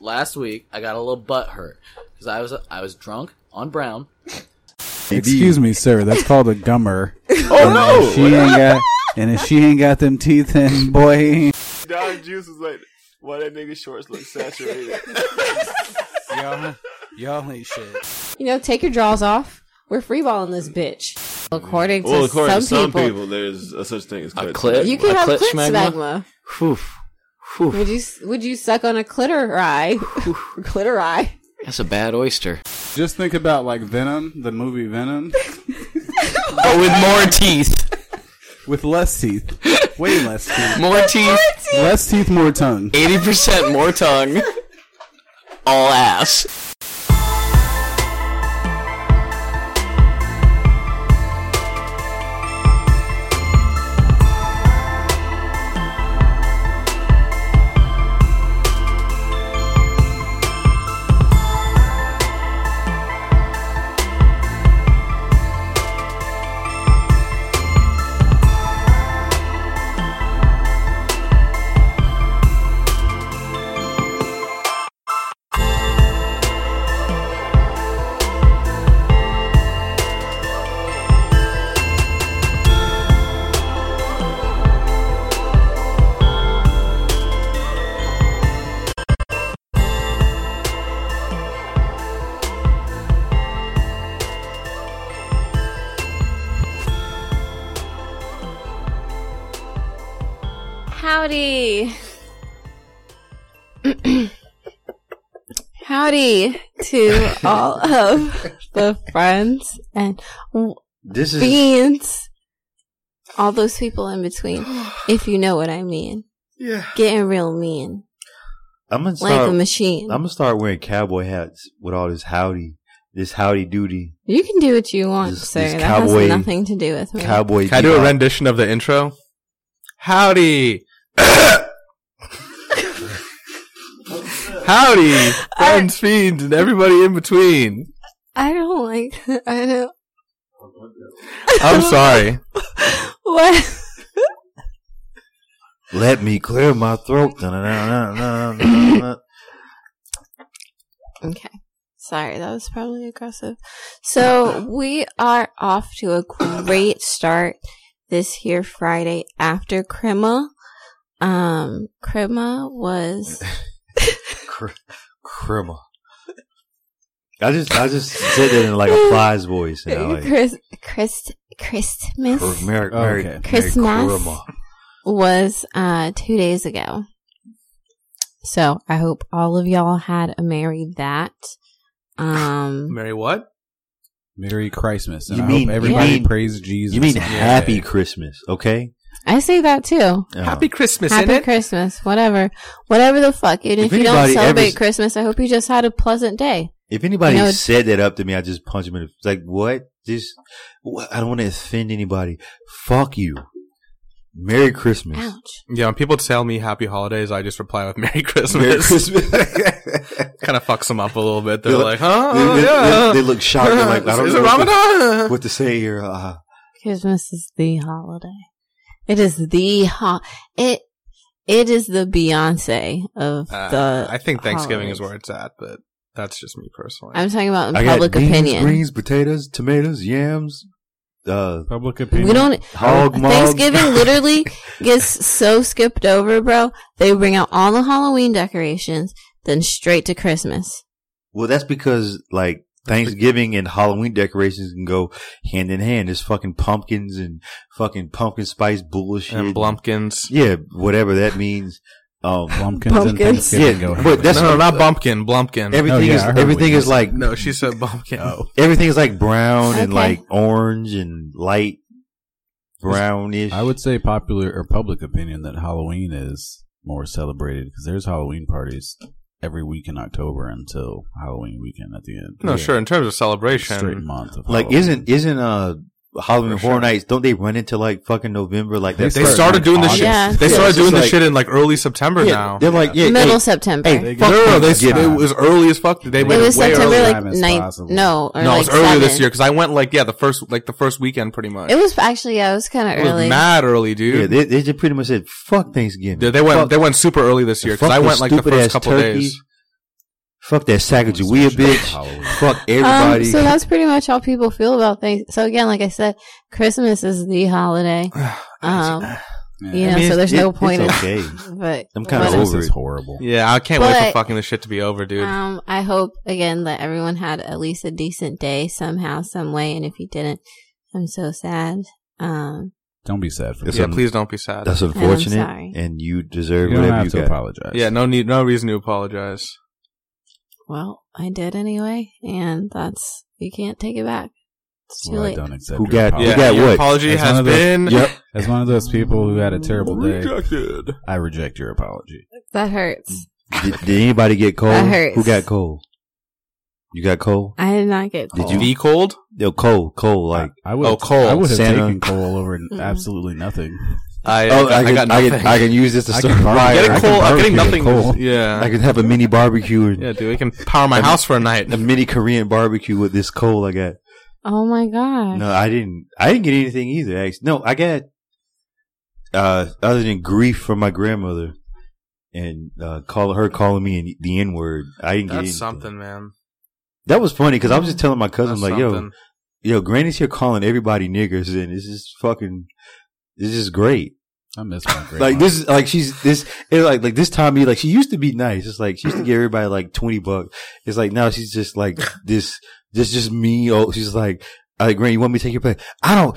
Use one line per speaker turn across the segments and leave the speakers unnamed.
last week I got a little butt hurt because I was I was drunk on brown.
Excuse me, sir. That's called a gummer.
Oh
If she ain't got, and if she ain't got them teeth, then boy,
Don Juice was like, "Why that nigga shorts look saturated?"
y'all, y'all ain't shit.
You know, take your draws off. We're freeballing this bitch. According to,
Well,
some,
according to some people,
people,
there's a such thing as
A
clit.
clit?
you can
A
have
clit
clit
schmagma?
smegma.
Whew. Whew.
Would you would you suck on a clitori? clitori.
That's a bad oyster.
Just think about like Venom, the movie Venom,
But with more teeth.
with less teeth, way less teeth,
More teeth.
less teeth, more tongue.
80% more tongue. All ass.
Howdy. Howdy to all of the friends and w-
This is
beans. All those people in between, if you know what I mean.
yeah.
Getting real mean.
I'm gonna
Like
start.
a machine.
I'm gonna start wearing cowboy hats with all this howdy, this howdy doody,
you can do what you want,
This-
sir.
this
that
cowboy-
has nothing to do with me.
cowboy.
Can I do a
bebop.
rendition of the intro? Howdy. Howdy, friends, fiends, and everybody in between.
I don't like I don't.
I'm sorry.
What?
Let me clear my throat. Da-na-na-na-na-na-na.
Okay. Sorry, that was probably aggressive. So we are off to a great start this here Friday after Crema. Um, Crema was
Cr- Crema. I just I just said that in like a fly's voice and I like
Chris, Chris, Christmas
Cr- Merry,
Oh,
Merry,
Okay.
Merry
Christmas.
Crema.
was uh two days ago. So I hope all of y'all had a merry that. Um,
Mary, what?
Merry Christmas, and
You
I
mean-
hope everybody
you mean-
praise Jesus.
You mean
on that
Happy
day.
Christmas, okay?
I say that too.
Uh,
Happy Christmas,
Happy
innit?
Christmas, whatever, whatever the fuck. And
If
if, you don't
anybody ever
celebrate
s-
Christmas, I hope you just had a pleasant day.
If anybody
You know-
said that up to me, I just punch him in the like. What? This? What? I don't want to offend anybody. Fuck you. Merry Christmas.
Ouch.
Yeah, when people tell me happy holidays, I just reply with Merry Christmas.
Merry Christmas.
kind of fucks them up a little bit. They're
They're
like, huh?
they, they-
yeah.
they look shocked. They're like, I don't
Is
know
it
what,
Ramadan?
to, what to say here. Uh,
Christmas is the holiday. It is the ho- it it is the Beyonce of
Uh,
the.
I think Thanksgiving is where
holidays.
it's at, but that's just me personally.
I'm talking about in
I got
public
beans,
opinion.
greens, potatoes, tomatoes, yams. Uh,
Public opinion.
we don't.
hog mog.
Thanksgiving literally gets so skipped over, bro. They bring out all the Halloween decorations, then straight to Christmas.
Well, that's because like Thanksgiving and Halloween decorations can go hand in hand. There's fucking pumpkins and fucking pumpkin spice bullshit.
and Blumpkins.
Yeah, whatever that means. Um,
Pumpkins,
Pumpkins.
and Thanksgiving
Yeah,
go hand
but
in
that's-
no,
hand.
no, not Bumpkin. Blumpkin.
Oh,
everything
yeah,
is
I heard
everything
what
is
you
like Oh.
no, she said Bumpkin.
everything is like brown and
Okay.
like orange and light brownish.
I would say popular or public opinion that Halloween is more celebrated because there's Halloween parties every week in October until Halloween weekend at the end.
No, sure. In terms of
Straight
celebration,
month of
like
Halloween.
isn't isn't uh Halloween
For
Horror
sure.
Nights? Don't they run into like fucking November? Like
They
that
they
Start
started
in
doing this shit.
August.
They
Yeah,
started
it's
doing this
just like-
shit in like early September
Yeah,
now.
They're like yeah,
Middle
hey,
September.
hey,
Fuck
no, no, no, they,
Thanksgiving.
it was early as fuck. They
it
went
was
way
September
early.
like
Time is
ninth.
possible.
No, or
no, it
like
was early this
seventh.
year because I went like yeah, the first like the first weekend pretty much.
It was actually yeah, it was kind
It
of
was
early.
mad early,
yeah,
dude.
they, they just pretty much said fuck Thanksgiving.
They, they went
Fuck-
they went super early this year because
fuck
I
those
went like the
stupid
first
ass
couple
turkeys.
days.
Fuck that Sacagawea bitch.
Halloween.
Fuck
Um,
everybody.
so that's pretty much how people feel about things. So again, like I said, Christmas is the holiday. Um,
Yeah.
you know, so
mean, it's-
there's no
it-
point
It's
in
okay.
but
I'm kinda
but,
over
This is
it.
horrible.
Yeah, I can't wait
But-
for fucking this shit to be over, dude.
Um, I hope again that everyone had at least a decent day somehow, some way, and if you didn't, I'm so sad. Um,
Don't be sad for
It's
this.
yeah,
um,
please don't be sad.
That's
sorry.
unfortunate, and you deserve
You don't
whatever
have
you
to
got.
apologize.
yeah, no need, no reason to apologize.
well, I did anyway, and that's you can't take it back. It's too
Well, I
late.
don't accept
Who
your
got-
apology.
who
Yeah,
got
your
what?
apology
That's one
has
of those-
been
Yep.
As one of those people who had a terrible day,
rejected.
I reject your apology.
That hurts.
Did, did anybody get cold?
That hurts.
Who got cold? You got cold?
I did not get
Did
cold.
you-
Be cold.
Yo, cold, cold. Like,
I would.
Oh, Cole,
I would have
Santa.
taken Cole over absolutely nothing.
I,
oh, I,
I,
can,
got
I,
nothing.
can, I can use this to
I
start
can
a
borrow-
fire. I
Getting
can
cold. I'm
barbecue
getting nothing.
it cold.
Yeah.
I can have a mini barbecue and
yeah, dude, we can power my
I'm-
house for a night.
a mini Korean barbecue with this cold I got.
oh my god!
No, I didn't. I didn't get anything either. Actually, no, I got uh, other than grief from my grandmother and uh, call her calling me an, the N word. I didn't get
That's
anything.
something, man.
That was funny because I was just telling my cousin
That's
like,
something.
yo, yo, Granny's here calling everybody niggers, and this is fucking. This is great.
I miss my grandma.
Like this is like she's this it, like like this time me like she used to be nice. It's like she used to give everybody like twenty bucks. It's like now she's just like this this just me. Oh, she's like. Like, Granny, you want me to take your plate? I don't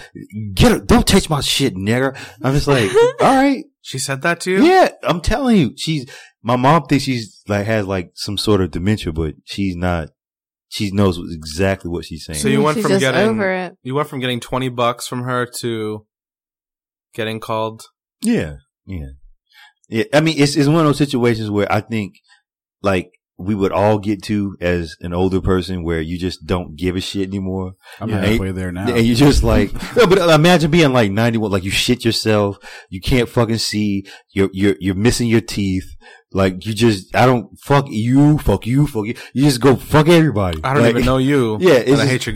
get it. Don't touch my shit, nigga. I'm just like, all right,
she said that to you.
yeah. I'm telling you, she's my mom thinks she's like has like some sort of dementia, but she's not. She knows exactly what she's saying.
So you went
She's
from
just
getting-
over it.
You went from getting twenty bucks from her to getting called.
Yeah. Yeah. Yeah. I mean, it's, it's one of those situations where I think like we would all get to as an older person where you just don't give a shit anymore.
I'm
Yeah.
halfway there now.
And you just like, no, but imagine being like 91, like you shit yourself. You can't fucking see. You're, you're, you're missing your teeth. Like you just, I don't fuck you, fuck you, fuck you. You just go fuck everybody.
I don't
Like-
even know you.
Yeah,
but
it's
I
just-
hate your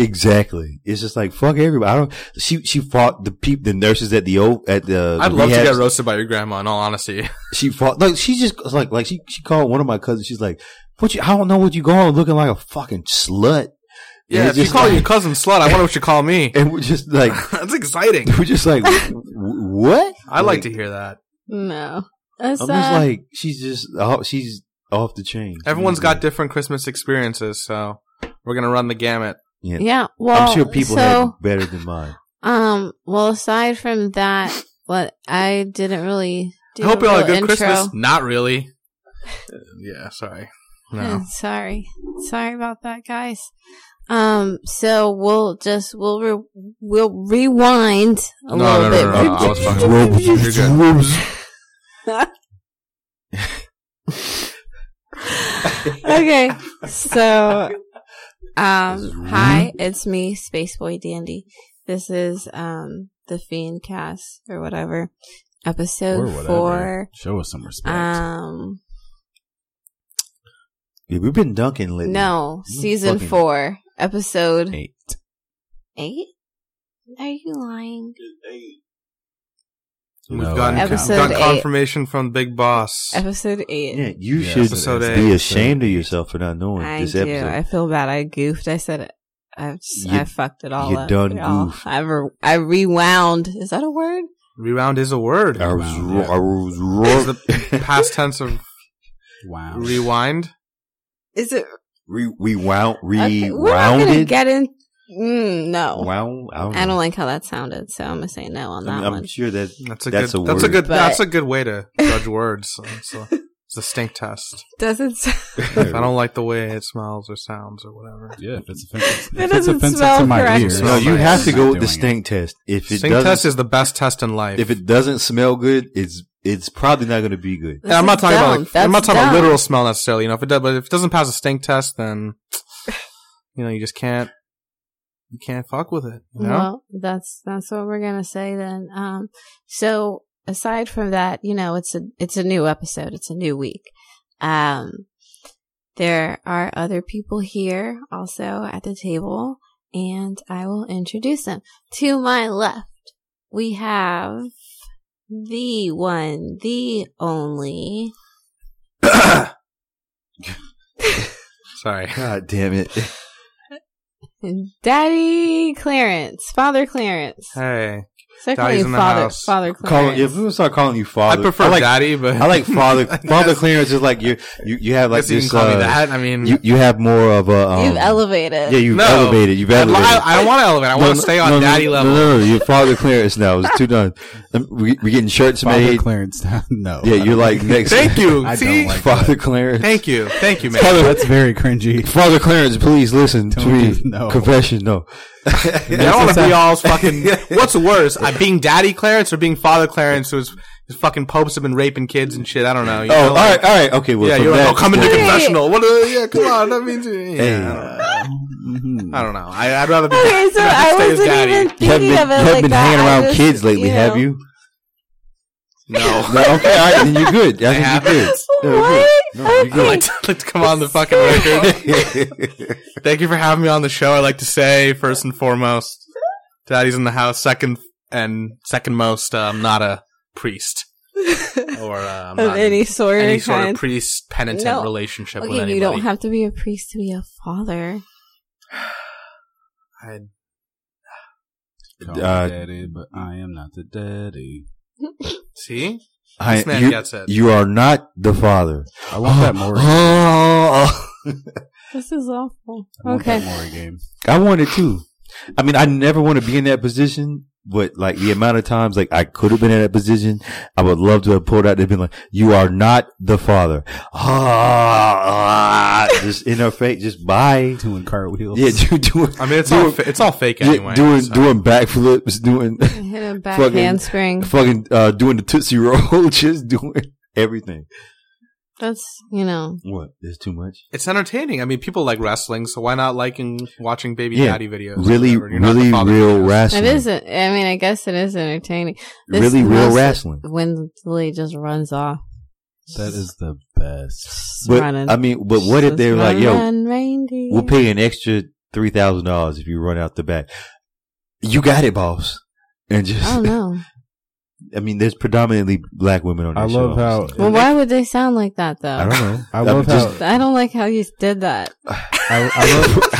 Exactly. It's just like fuck everybody. I don't. She she fought the peep, the nurses at the old at the.
I'd
the
love to
rehab
get roasted by your grandma. In all honesty,
she fought like she just like like she she called one of my cousins. She's like, "What you? I don't know what you going looking like a fucking slut."
yeah. If
it's
you
just
call
like-
your cousin slut, I wonder what you call me.
And we're just like
That's exciting.
we're just like w- what?
I like to hear that.
No, that's
I'm
sad.
just like she's just oh, she's off the chain.
Everyone's
Mm.
got different Christmas experiences, so we're gonna run the gamut.
Yeah.
yeah. Well,
I'm sure
so,
people had better than mine.
Um. Well, aside from that, what I didn't really. Do
I hope y'all had a good
real intro.
Christmas. Not really. Uh, yeah, sorry. No.
Hmm, Sorry, sorry about that, guys. Um. So we'll just we'll re- we'll rewind a
No,
little
no, no,
bit.
no, no, no, I was fucking- You're good.
okay. So,
This is
um, hi, it's me, Spaceboy Dandy. This is um the Fiend Cast or whatever,
or
episode
whatever.
four.
Show us some respect.
Um,
Yeah, we've been dunking lately.
no,
You
season
fucking-
four, episode
Eight.
eight. Are you lying?
We've
No,
gotten,
I
we've
count.
Episode
gotten
eight.
confirmation from Big Boss.
Episode eight.
Yeah, you
Yeah,
should
episode
be
eight.
ashamed of yourself for not knowing
I
this
do.
episode.
I feel bad. I goofed. I said it. I just,
You-
I fucked it all
you
up.
done
y'all.
goofed.
I re- I rewound. Is that a word?
Rewound is a word.
I was, ro-
Yeah.
I was
Is
ro-
the past tense of
Wow.
rewind.
Is it
re- rewound,
Okay, we're not gonna
rewounded.
get in. Mm, no,
Wow, I don't
I
know.
don't like how that sounded, so I'm gonna say no on that
I'm, I'm
one.
sure that
That's a
That's
good.
a
that's a
word.
good.
But-
that's a good way to judge words. It's a, it's a stink test.
Doesn't sound,
If I don't like the way it smells or sounds or whatever.
Yeah, if it's offensive,
That
if it's
doesn't
offensive
smell
to my
correct.
ears,
no, you
I'm
have to
not
go with the
doing it.
stink test. If it
Stink
doesn't,
test is the best test in life.
if it doesn't smell good, it's it's probably not going to be good.
And I'm not
This
talking
is
about
dumb.
like, I'm not
That's
talking about
dumb.
literal smell necessarily. You know, if it does, but if it doesn't pass a stink test, then you know you just can't you can't fuck with it. You know?
Well, that's that's what we're gonna say then. Um, so aside from that, you know, it's a it's a new episode. It's a new week. Um, there are other people here also at the table, and I will introduce them. To my left, we have the one, the only.
Sorry.
God damn it.
Daddy Clarence, Father Clarence.
Hey,
Secondly,
Daddy's in the
father,
house.
father
Call,
Clarence.
if we start calling you
I
father,
prefer
like,
daddy, but
I like father. Father
guess-
clearance is like you. You, you have
I
like
guess you
this.
can call
uh,
me that. I mean,
You you have more of a. Um,
Oh.
You've elevated.
Yeah, you've
No.
elevated. You've
I'd li-
elevated.
I, I don't want to elevate. I want to stay on
no, no,
daddy
no,
level.
No, no, no. You're father clearance now. It's too done. Um, We, we're getting shirts
Father
made.
Clarence. no.
Yeah, you're like next.
Thank you.
I don't
See?
like-
father clearance.
Thank you. Thank you, man.
Father,
That's very cringy.
Father Clarence, please listen to
Don't
me.
do- no.
Confession, no.
I don't want to be all fucking. What's worse, I being Daddy Clarence or being Father Clarence, who's his fucking popes have been raping kids and shit. I don't know. you
Oh,
know,
all
like-
right, all right, okay. Well,
Yeah,
from
you're like,
that-
oh, come into
Hey.
confessional. What? Uh, yeah, come on. That means. Yeah,
Hey.
I don't know. I, I'd rather be.
Okay, so
I'd
I
stay as
wasn't
daddy.
even
You
thinking
haven't been,
of it
you haven't
like
been
that.
hanging
I
around
just,
kids lately, have
know.
you?
No.
No, okay, all right, then you're good. I think you're good. No,
What?
you're good. No,
okay.
I'd like to come on the fucking record.
you're good.
Thank you for having me on the show. I'd like to say first and foremost, Daddy's in the house. Second and second most, uh, I'm not a priest or uh, I'm
Of
not
any sort,
any
any
sort
kind.
of priest penitent
No.
relationship with
okay,
anybody.
you don't have to be a priest to be a father.
I,
Call me
Uh,
daddy, but I am not the daddy.
see,
I-
This man
you,
gets it.
you are not the father.
I want that Maury. I
Oh,
This is awful.
want
okay.
that Maury game.
I wanted to. I mean, I never want to be in that position, but like the amount of times like I could have been in that position, I would love to have pulled out and been like, "You are not the father." Ah, ah, just in her face, just bye.
Doing cartwheels.
Yeah, do, doing,
I mean it's
Do
all
it-
fa- it's all fake anyway.
doing
so.
doing backflips, doing
I hit a back
Fucking-
handspring.
fucking uh, doing the tootsie roll, just doing everything.
That's, you know.
What? There's too much.
it's entertaining. I mean, people like wrestling, so why not liking watching baby
Yeah,
daddy videos? or
Really,
whatever? You're not the
really
father
real
figure.
wrestling.
It isn't. I mean, I guess it is entertaining. This
really real
most-
wrestling.
When Lily just runs off.
That is the best.
Just
But
running.
I mean, but what if
Just
they're like,
run,
"Yo,
run, reindeer.
We'll pay an extra three thousand dollars if you run out the back. You got it, boss. And just,
I don't know.
I mean, there's predominantly black women on. That
I love
show,
how.
obviously.
Well, why would they sound like that though?
I don't know.
I love
just-
how.
I don't like how you did that.
I, I love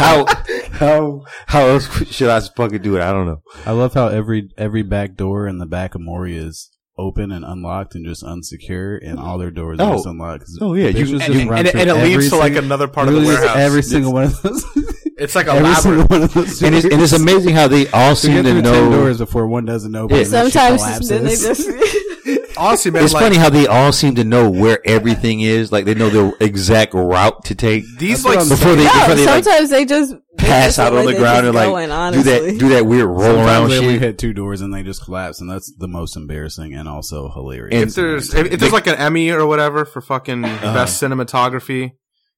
how how how else should I fucking do it? I don't know.
I love how every every back door in the back of Mori is open and unlocked and just unsecure, and all their doors
Oh.
are just unlocked. 'Cause
Oh, yeah,
bitches
you-
just
And,
run
and,
through
and it
every
leads to like
single-
another part of the
literally just
warehouse.
Every single one of those.
it's like a
every single
labyrinth.
one of those.
And it's, and it's amazing how they all
To
seem
get
to
through
know.
ten doors before one doesn't open.
Yeah.
and that shit
Sometimes then they
collapses.
just
Honestly, man,
It's
like,
funny how they all seem to know where everything is. Like they know the exact route to take
These
That's what
like
I'm-
before they,
no,
before they like
sometimes they just they
pass
just
out
the
on
way
the
they
ground and
just
like
going,
do that
honestly.
do that weird roll
Sometimes
around
they only
shit.
hit two doors and they just collapse, and that's the most embarrassing and also hilarious.
And-
if there's if, if there's like an Emmy or whatever for fucking
Uh-huh.
best cinematography,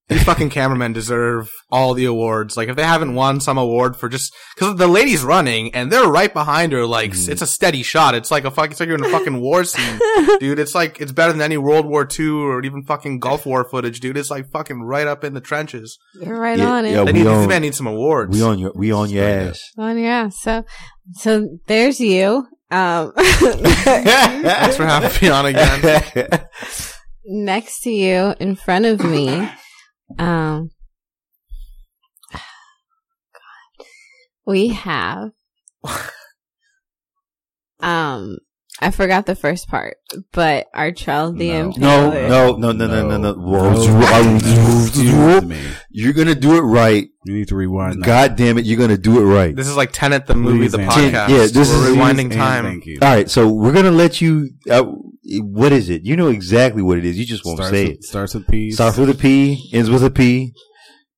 these fucking cameramen deserve all the awards. Like if they haven't won some award for just because the lady's running and they're right behind her, like
Mm-hmm.
s- it's a steady shot. It's like a fuck. It's like you're in a fucking war scene, dude. It's like it's better than any World War II or even fucking Gulf War footage, dude. It's like fucking right up in the trenches.
You're right
Yeah,
on it.
yeah, We
They need these
own-
men need some awards.
We on your we on your
Straight up.
ass.
On your ass. So, so there's you. Um,
Thanks for having me on again.
next to you, in front of me. Um, God, we have. Um, I forgot the first part, but our trial the
No.
No,
Taylor.
no, no, no, no, no, no.
Excuse
Whoa.
me.
You're gonna do it right.
You need to rewind. that.
God damn it, you're gonna do it right.
This is like Tenet, the movie, the
Please, Anthony.
podcast.
Yeah, this
We're
is-
rewinding
And
time.
Thank you.
All right, so we're gonna let you. Uh, what is it? You know exactly what it is. You just won't
starts
say
with,
it.
Starts with peace.
Starts with a P, ends with a P.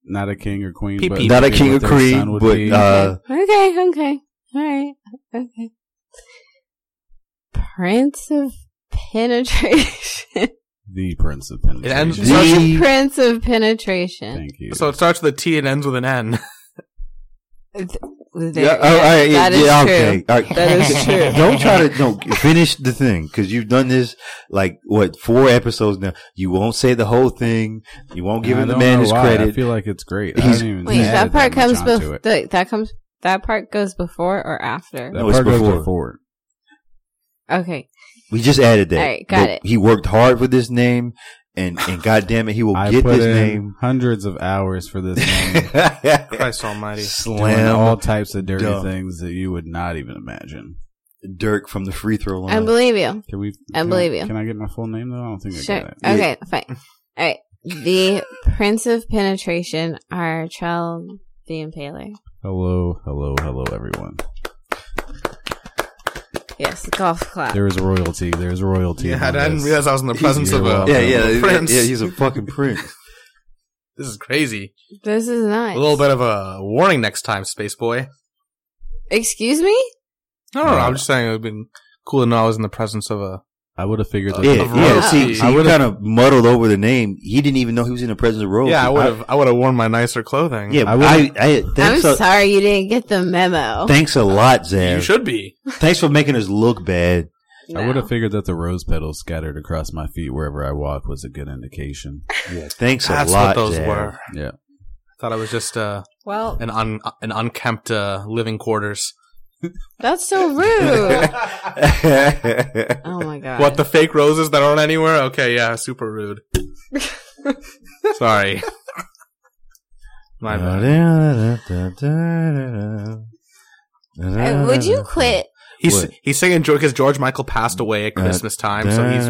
not a king or queen.
Pee-pee.
But
Not a
maybe
king
what
of
their
creed,
son would
but
be.
uh,
okay, okay, all right, okay. Prince of penetration.
the prince of penitentiary.
ends-
the-
Prince of penetration.
Thank you.
So it starts with a T and ends with an N.
There,
yeah, all right, yeah,
that is
yeah,
true.
okay, all right.
That is true.
Don't try to no finish the thing because you've done this like what four episodes now. You won't say the whole thing. You won't give
I
him the
don't
man
know
his
why. I
credit.
feel like it's great. I
He's-
haven't even
Wait,
added
that part
much
comes
onto
before.
it.
That comes. That part goes before or after?
That
No, it's
part goes
before.
before.
Okay.
We just added that.
All right, got
But
it.
He worked hard for this name. and and goddamn it, he will
I
get
put
this
in
name.
hundreds of hours for this man.
Christ Almighty.
doing
Slam
all types of dirty
dunk.
things that you would not even imagine.
Dirk from the free throw line.
I believe you.
Can we?
I
can
believe you.
Can I get my full name though? I don't think I
Sure.
got it.
Okay, fine. All right. The Prince of Penetration are Trell the Impaler.
Hello, hello, hello, everyone.
Yes, golf clap.
There is royalty. There is royalty.
Yeah, I
among
didn't
us.
realize I was in the presence
You're
of a.
welcome.
yeah, yeah,
Prince.
yeah. He's a fucking prince.
This is crazy.
This is nice.
A little bit of a warning next time, Space Boy.
Excuse me?
I don't know. I'm just saying it would have been cool to know I was in the presence of a.
I would have figured that.
Yeah,
of
yeah.
royalty.
See, see
I
I kind of muddled over the name. He didn't even know he was in the presence of royalty.
Yeah, I would have. I would have worn my nicer clothing.
Oh, Yeah,
I
I,
would've-
I, thanks,
I'm
a,
sorry you didn't get the memo.
thanks a lot, Zan.
you should be.
Thanks for making us look bad.
I would have figured that the rose petals scattered across my feet wherever I walked was a good indication.
Yeah, thanks
That's
a lot,
what those
Zan.
were.
Yeah.
I thought I was just uh,
Well,
an un, an unkempt uh, living quarters.
that's so rude. oh my god.
What the fake roses that aren't anywhere? Okay, yeah, super rude. Sorry. My bad.
Hey, Uh, would you quit?
He's
What?
he's singing George because George Michael passed away at
Uh,
Christmas time, so he's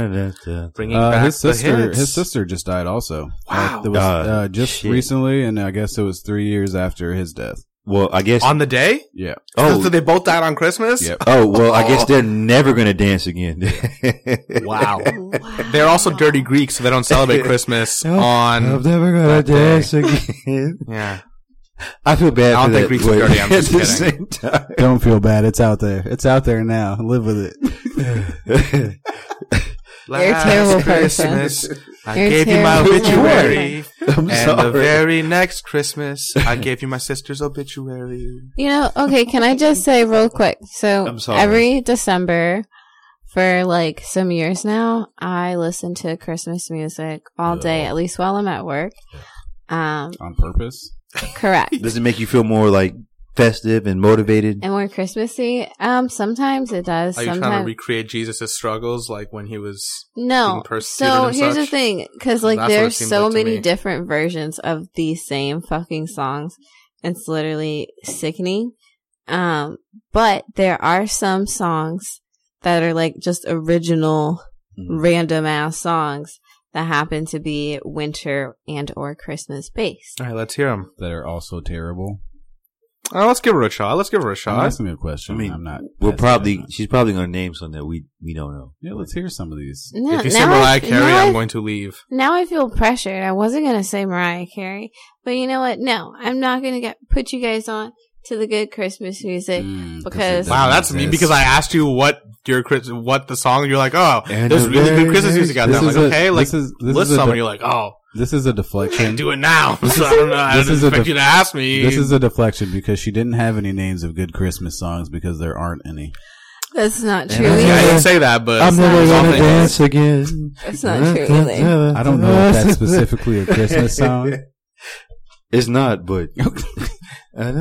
bringing
Uh,
back
his
the
sister,
hits.
his sister just died also.
Wow.
Uh, it was,
Uh,
uh, just
shit.
recently, and I guess it was three years after his death.
Well, I guess.
on the day.
Yeah.
Oh, so
Oh,
they both died on Christmas.
Yep.
oh, well, I guess they're never gonna dance again.
Wow. They're also dirty Greeks, so they don't celebrate Christmas
Oh,
No, I'm
on.
never gonna
that day.
dance again.
Yeah.
I feel bad.
I don't
for
think
that
Greeks are
word
dirty, I'm
at
just
the
kidding.
same time.
Don't feel bad. It's out there. It's out there now. Live with it.
You're a terrible
Christmas, I
You're a
gave you my
terrible
obituary,
I'm
and the
sorry.
very next Christmas, I gave you my sister's obituary.
You know, okay, can I just say real quick? So
I'm sorry.
every December for like some years now, I listen to Christmas music all day, at least while I'm at work. Um,
On purpose?
correct.
Does it make you feel more like festive and motivated?
And more Christmassy. Um, sometimes it does.
Are you
sometimes
trying to recreate Jesus' struggles, like when he was?
No.
being persecuted
So
and
here's the
such?
thing, because like
That's what it
there's
seems
so
like to
many
me.
different versions of the same fucking songs. It's literally sickening. Um, but there are some songs that are like just original,
Mm-hmm.
random ass songs that happen to be winter and or Christmas based.
All right, let's hear him.
That are also terrible.
Oh, let's give her a shot. Let's give her a
I'm
shot.
asking you a question.
I
I
mean,
am not.
We're
asking
probably
you.
she's probably gonna name something that we we don't know.
Yeah, let's hear some of these.
No,
if you say
I-
Mariah Carey,
now I
I'm going to leave.
Now I feel pressured. I wasn't gonna say Mariah Carey, but you know what? No, I'm not gonna get put you guys on to the good Christmas music.
Mm, 'cause it
because-
doesn't
Wow, that's mean
exist.
because I asked you what your Chris- what the song, and you're like, oh,
And
there's
the
really
very
good Christmas music out there.
This
I'm like,
is a-
okay, like
this is- this
list
is a
some,
di-
and you're like, oh,
This is a
can't
deflection.
do it now. so I don't know. I
This
didn't
is a
expect
def-
you to ask me.
This is a deflection because she didn't have any names of good Christmas songs because there aren't any.
That's not
And
true.
I-
yeah, I
either.
didn't say that, but
I'm
not
never gonna
something.
dance again.
That's not true either.
I don't know if that's specifically a Christmas song.
It's not, but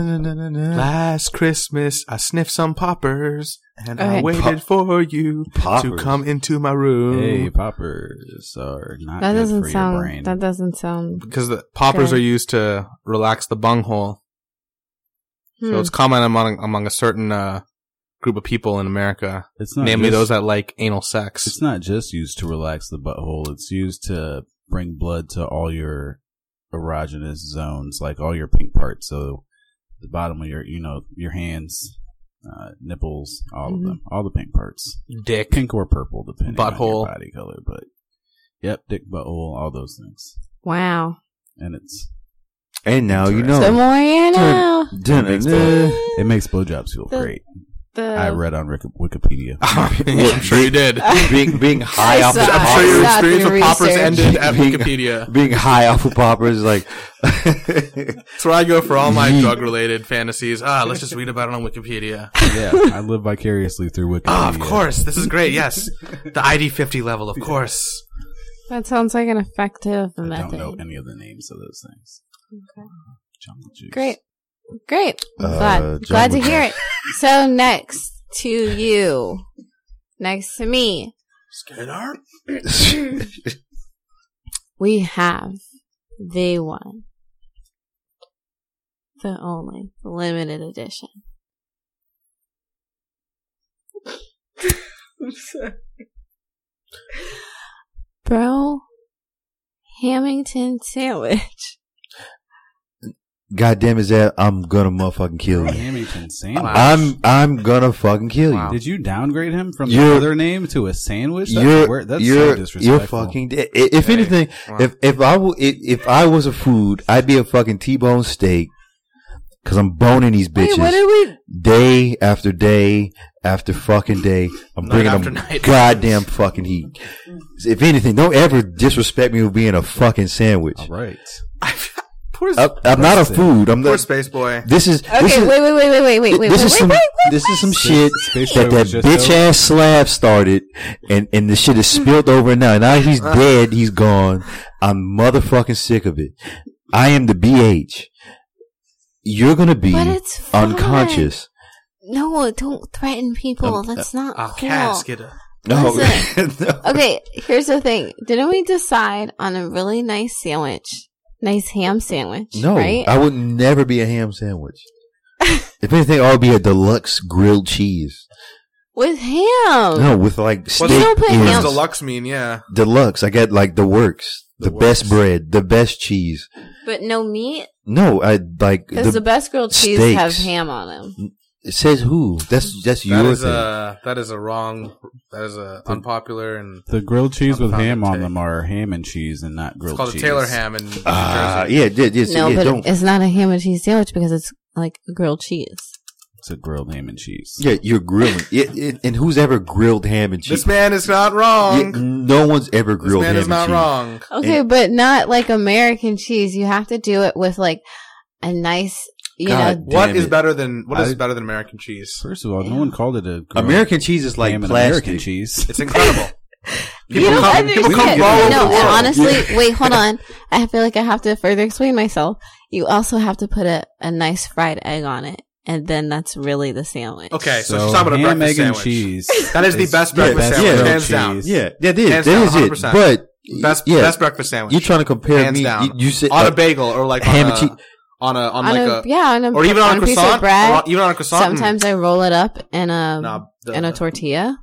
Last Christmas, I sniffed some poppers and I
Okay.
waited for you
Poppers.
to come into my room.
Hey, poppers are not
That
good
doesn't
for your brain.
sound. That doesn't sound.
Because the poppers
Okay.
are used to relax the bunghole.
Hmm.
So it's common among among a certain uh, group of people in America,
it's not
namely
just-
those that like anal sex.
It's not just used to relax the butthole. It's used to bring blood to all your erogenous zones, like all your pink parts. So the bottom of your, you know, your hands, uh, nipples, all of
Mhm.
them, all the pink parts,
Dick.
pink or purple, depending
Butthole.
on your body color. But yep, dick, butthole, all those things,
wow.
and it's
and now you
The
know.
more you know.
Dun-
It makes
dun-
it makes blowjobs feel
The-
great.
The
I read on Wik- Wikipedia.
I'm sure you did.
being being high off of
saw-
I'm sure
poppers,
your
Stop
experience
your
with poppers
research.
ended at
Being-
Wikipedia.
being high off of poppers is like.
That's where I go for all my drug related fantasies. Ah, let's just read about it on Wikipedia.
yeah, I live vicariously through Wikipedia.
Ah, of course. This is great. Yes. The ID50 level, of course.
that sounds like an effective
I
method.
don't know any of the names of those things. Jungle juice.
Great, great. I'm
Uh,
glad, glad to
Jungle
hear it. So next to you, next to me, we have the one, the only limited edition. Bro Hamilton sandwich.
God damn is that I'm gonna motherfucking kill you.
Hamilton sandwich.
I'm I'm gonna fucking kill you.
Wow.
Did you downgrade him from the
You're-
other name to a sandwich? That's,
You're
weird. That's
you're
so disrespectful.
you're fucking. dead. I- If
Hey.
anything,
Wow.
if if I w- if, if I was a food, I'd be a fucking T-bone steak because I'm boning these bitches
Wait, what did we?
day after day after fucking day. I'm
Night
bringing
after
them
night.
goddamn fucking heat. If anything, don't ever disrespect me with being a fucking sandwich.
All right.
Poor,
I, I'm not a
That's it.
food. I'm
poor
the.
Space Boy.
This is this
Okay,
is,
wait, wait, wait, wait, wait, wait, wait,
this
wait,
is
wait,
some
wait, wait.
this is some shit
Space- Space
that
Boy
that
was just
bitch
over.
ass slab started, and and the shit is spilled over now. Now he's dead. He's gone. I'm motherfucking sick of it. I am the BH. You're gonna be
But it's fine.
unconscious.
No, don't threaten people.
Um,
That's not
I'll
cool.
casket Ah, it.
No, No.
Okay, here's the thing. Didn't we decide on a really nice sandwich? Nice ham sandwich.
no.
Right?
I would never be a ham sandwich. if anything, I'll be a deluxe grilled cheese.
With ham.
No, with like steak.
Oh. don't put
What does
ham-
ends.
deluxe mean? Yeah.
Deluxe. I got like the works, the,
The
best
works.
bread, the best cheese.
But no meat?
No, I like
Because the, best grilled cheese
steaks.
have ham on them.
It says who? That's that's
That
your
is uh,
thing.
a that is a wrong. That is a unpopular and
The grilled cheese with
Unfounded
ham on
take.
them are ham and cheese and not
it's
grilled
called
cheese.
a Taylor ham in New Jersey.
Ah, yeah, yeah, yeah,
no,
yeah,
but
don't.
it's not a ham and cheese sandwich because it's like grilled cheese.
It's a grilled ham and cheese.
Yeah, you're grilling. yeah, and- and who's ever grilled ham and cheese?
This man is not wrong.
Yeah, no one's ever
this
grilled
man
ham
is
and
not
cheese.
wrong.
Okay, but not like American cheese. You have to do it with like a nice, you
God.
know,
What
Damn
is
it.
better than what is
I-
better than American cheese?
First of all, no one called it a grilled
American cheese is like
ham and
plastic.
American cheese.
It's incredible.
you don't
come-
understand.
people come from all over
no,
the
and
world.
honestly, wait, hold on. I feel like I have to further explain myself. You also have to put a, a nice fried egg on it, and then that's really the sandwich.
Okay, so, she's talking about a
ham,
breakfast
egg, and
sandwich.
cheese.
That is the best breakfast
yeah,
sandwich,
yeah.
hands down.
Yeah, that is
Hands
that
down,
is it.
100%.
But
Best
yeah,
best breakfast sandwich.
you're trying to compare
hands
me.
down.
You, you said
on
like,
a bagel or like
uh, ham
on,
and
a,
cheese.
on a on
on
like
a,
a,
yeah, on a,
or even on a
piece
croissant
of bread.
or on- even on a croissant. mm,
Sometimes I roll it up in a
nah, the-
in a tortilla,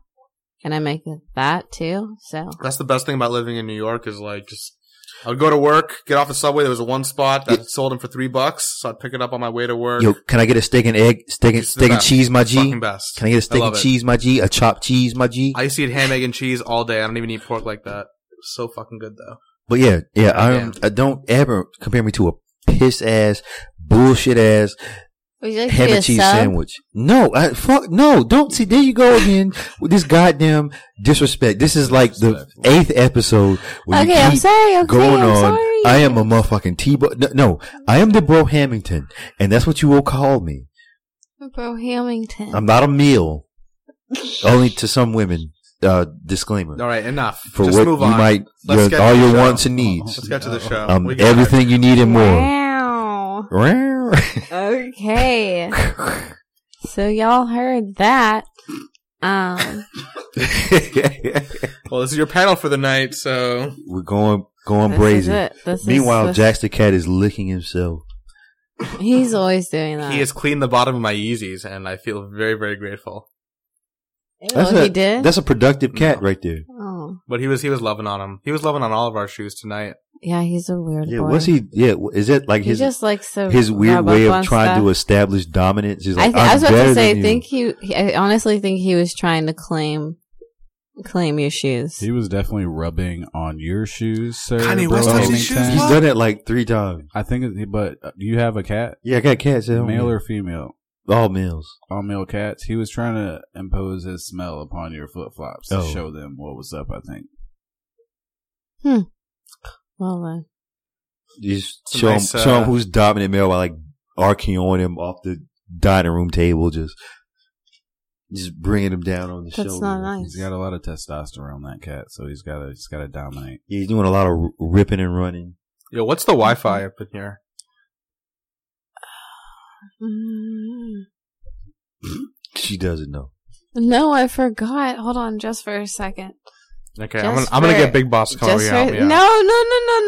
and I make that too. So
That's the best thing about living in New York is like just I would go to work, get off the subway. There was a one spot that sold them for three bucks, so I'd pick it up on my way to work.
yo, can I get a steak and egg, steak and
It's the
steak and
best.
cheese, my
It's
G?
fucking
Can
best.
I get a steak
love
and
it.
cheese, my G? A chopped cheese, my G?
I used to eat ham, egg, and cheese all day. I don't even eat pork like that. It's so fucking good though.
But yeah, yeah, I
Goddamn.
am, I don't ever compare me to a piss ass, bullshit ass
would you like to
ham
do a
and cheese
sub?
sandwich. No, I, fuck no, don't see. There you go again with this goddamn disrespect. This is like the eighth episode. Where you
Okay, I'm
keep
sorry. Okay,
Going
I'm
on,
sorry.
I am a motherfucking T. Bo- no, no, I am the bro Hamilton, and that's what you will call me.
Bro Hamilton.
I'm not a meal, only to some women. Uh, disclaimer
All right, enough.
for
just
what
move
you
on.
might
Let's
your,
get
all
to the
your
show.
wants and needs.
Let's get to the show.
Um,
We got it.
everything you need and more.
Wow.
Rawr.
Okay. so y'all heard that. Um
Well, this is your panel for the night, so
We're going going
this is
brazen.
it. This is-
Meanwhile,
this-
Jax the cat is licking himself.
he's always doing that.
he has cleaned the bottom of my Yeezys, and I feel very, very grateful.
Ew,
a,
Oh, he did.
That's a productive cat
No.
right there.
oh.
But he was he was loving on him. He was loving on all of our shoes tonight.
Yeah, he's a weird
Yeah,
boy.
what's he? Yeah, wh- is it like
He
his
just likes to
his weird
rub up
way
on
of trying
stuff.
to establish dominance? He's
I,
like,
th- I was
I'm
about
better
to say, I
than you.
think he, he- I honestly think he was trying to claim, claim your shoes.
He was definitely rubbing on your shoes, sir.
Kanye
bro
West
has
Hamilton.
his
shoes
He's done it like three times.
I think, it- but do you have a cat,
Yeah, I got cats. at home.
male or female?
all males?
All male cats. He was trying to impose his smell upon your flip flops to
Oh.
show them what was up. I think.
Well, then.
You just
It's a
show,
nice,
him, show him
uh,
who's dominant male by like arcing on him off the dining room table, just just bringing him down on the
That's
shoulder.
not nice.
He's got a lot of testosterone. That cat, so he's got to he's got to dominate.
He's doing a lot of r- ripping and running.
Yo, what's the Wi-Fi
Mm-hmm.
up in here?
Mm.
She doesn't know.
No, I forgot. Hold on just for a second.
Okay,
Just
I'm gonna, I'm gonna
for-
get Big Boss to come over
Just
here.
for,
and help me out.
no,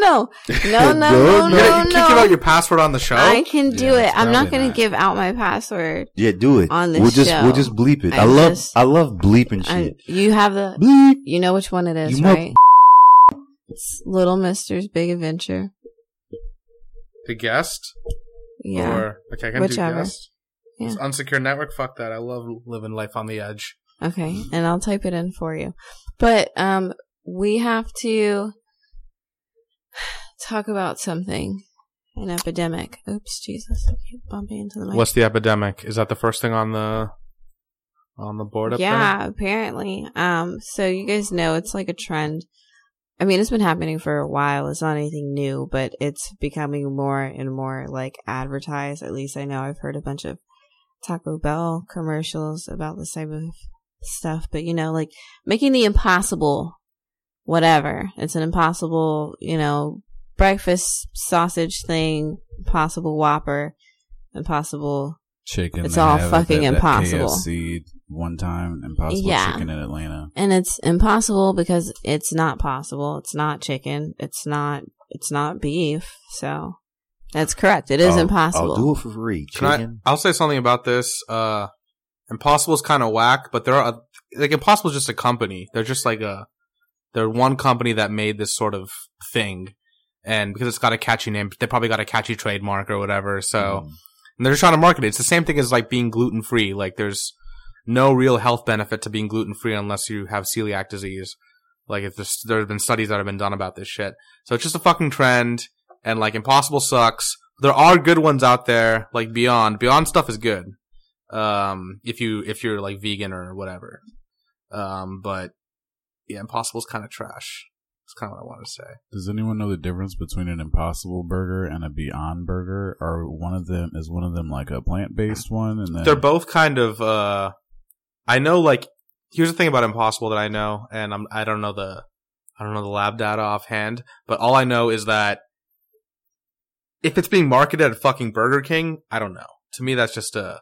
no, no, no, no, no, no, no,
No,
You gotta
no,
kick
no.
out your password on the show.
I can do
Yeah,
it. I'm not
probably
gonna
not.
give out my password.
Yeah, do it.
On this
we'll just
show,
we'll just bleep it. i
I'm
love
just-
I love bleeping
I,
shit.
you have the,
Bleep.
you know which one it is,
You mother-
right? It's Little Mister's Big Adventure.
the guest.
Yeah.
Or okay, I can
Whichever.
do guest.
Yeah.
It's Unsecure network. Fuck that. I love living life on the edge.
Okay, and I'll type it in for you. But um we have to talk about something. An epidemic. Oops, Jesus. I keep bumping into the mic.
What's the epidemic? Is that the first thing on the on the board up
yeah, apparently. Um so you guys know it's like a trend. I mean, it's been happening for a while. It's not anything new, but it's becoming more and more like advertised. At least I know I've heard a bunch of Taco Bell commercials about this type of stuff, but you know, like making the impossible whatever. It's an impossible, you know, breakfast sausage thing, impossible whopper, impossible
Chicken.
It's
they
all
have it
fucking
at that
impossible.
KFC one time, impossible
Yeah.
chicken in Atlanta.
and it's impossible because it's not possible. It's not chicken. It's not. It's not beef. So that's correct. It is
I'll-
impossible.
I'll do it for free.
Can I-
Chicken.
I'll say something about this. Uh, Impossible is kind of whack, but there are like Impossible is just a company. They're just like a they're one company that made this sort of thing, and because it's got a catchy name, they probably got a catchy trademark or whatever. So
Mm. Um,
and they're just trying to market it. It's the same thing as like being gluten free. Like there's no real health benefit to being gluten free unless you have celiac disease. Like it's just, there have been studies that have been done about this shit. So it's just a fucking trend and like impossible sucks. There are good ones out there like beyond. Beyond stuff is good. Um if you if you're like vegan or whatever. Um but yeah, impossible's kind of trash. That's kind of what I want to say.
Does anyone know the difference between an Impossible Burger and a Beyond Burger? Or one of them is one of them like a plant based one, and then
they're both kind of uh I know like here's the thing about impossible that I know and I'm I don't know the I don't know the lab data offhand, but all I know is that if it's being marketed at fucking Burger King, I don't know. To me that's just a,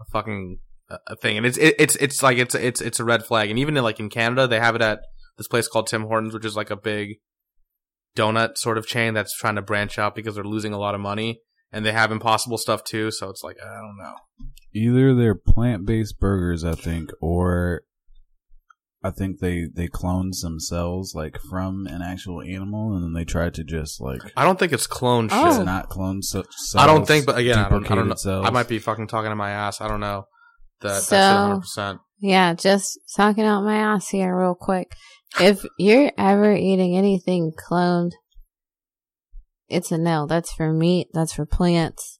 a fucking uh, a thing and it's it, it's it's like it's it's it's a red flag and even in, like in Canada they have it at this place called Tim Hortons which is like a big donut sort of chain that's trying to branch out because they're losing a lot of money and they have impossible stuff too so it's like I don't know.
either they're plant based burgers, I think, or I think they they cloned some cells like from an actual animal, and then they tried to just like
I don't think it's clone
Oh.
shit.
just not clone such cells.
I don't think, but again, I don't, I don't know.
duplicated cells.
I might be fucking talking to my ass. I don't know. That,
So-
that's 100. percent
Yeah, just talking out my ass here real quick. If you're ever eating anything cloned, it's a no. That's for meat. That's for plants.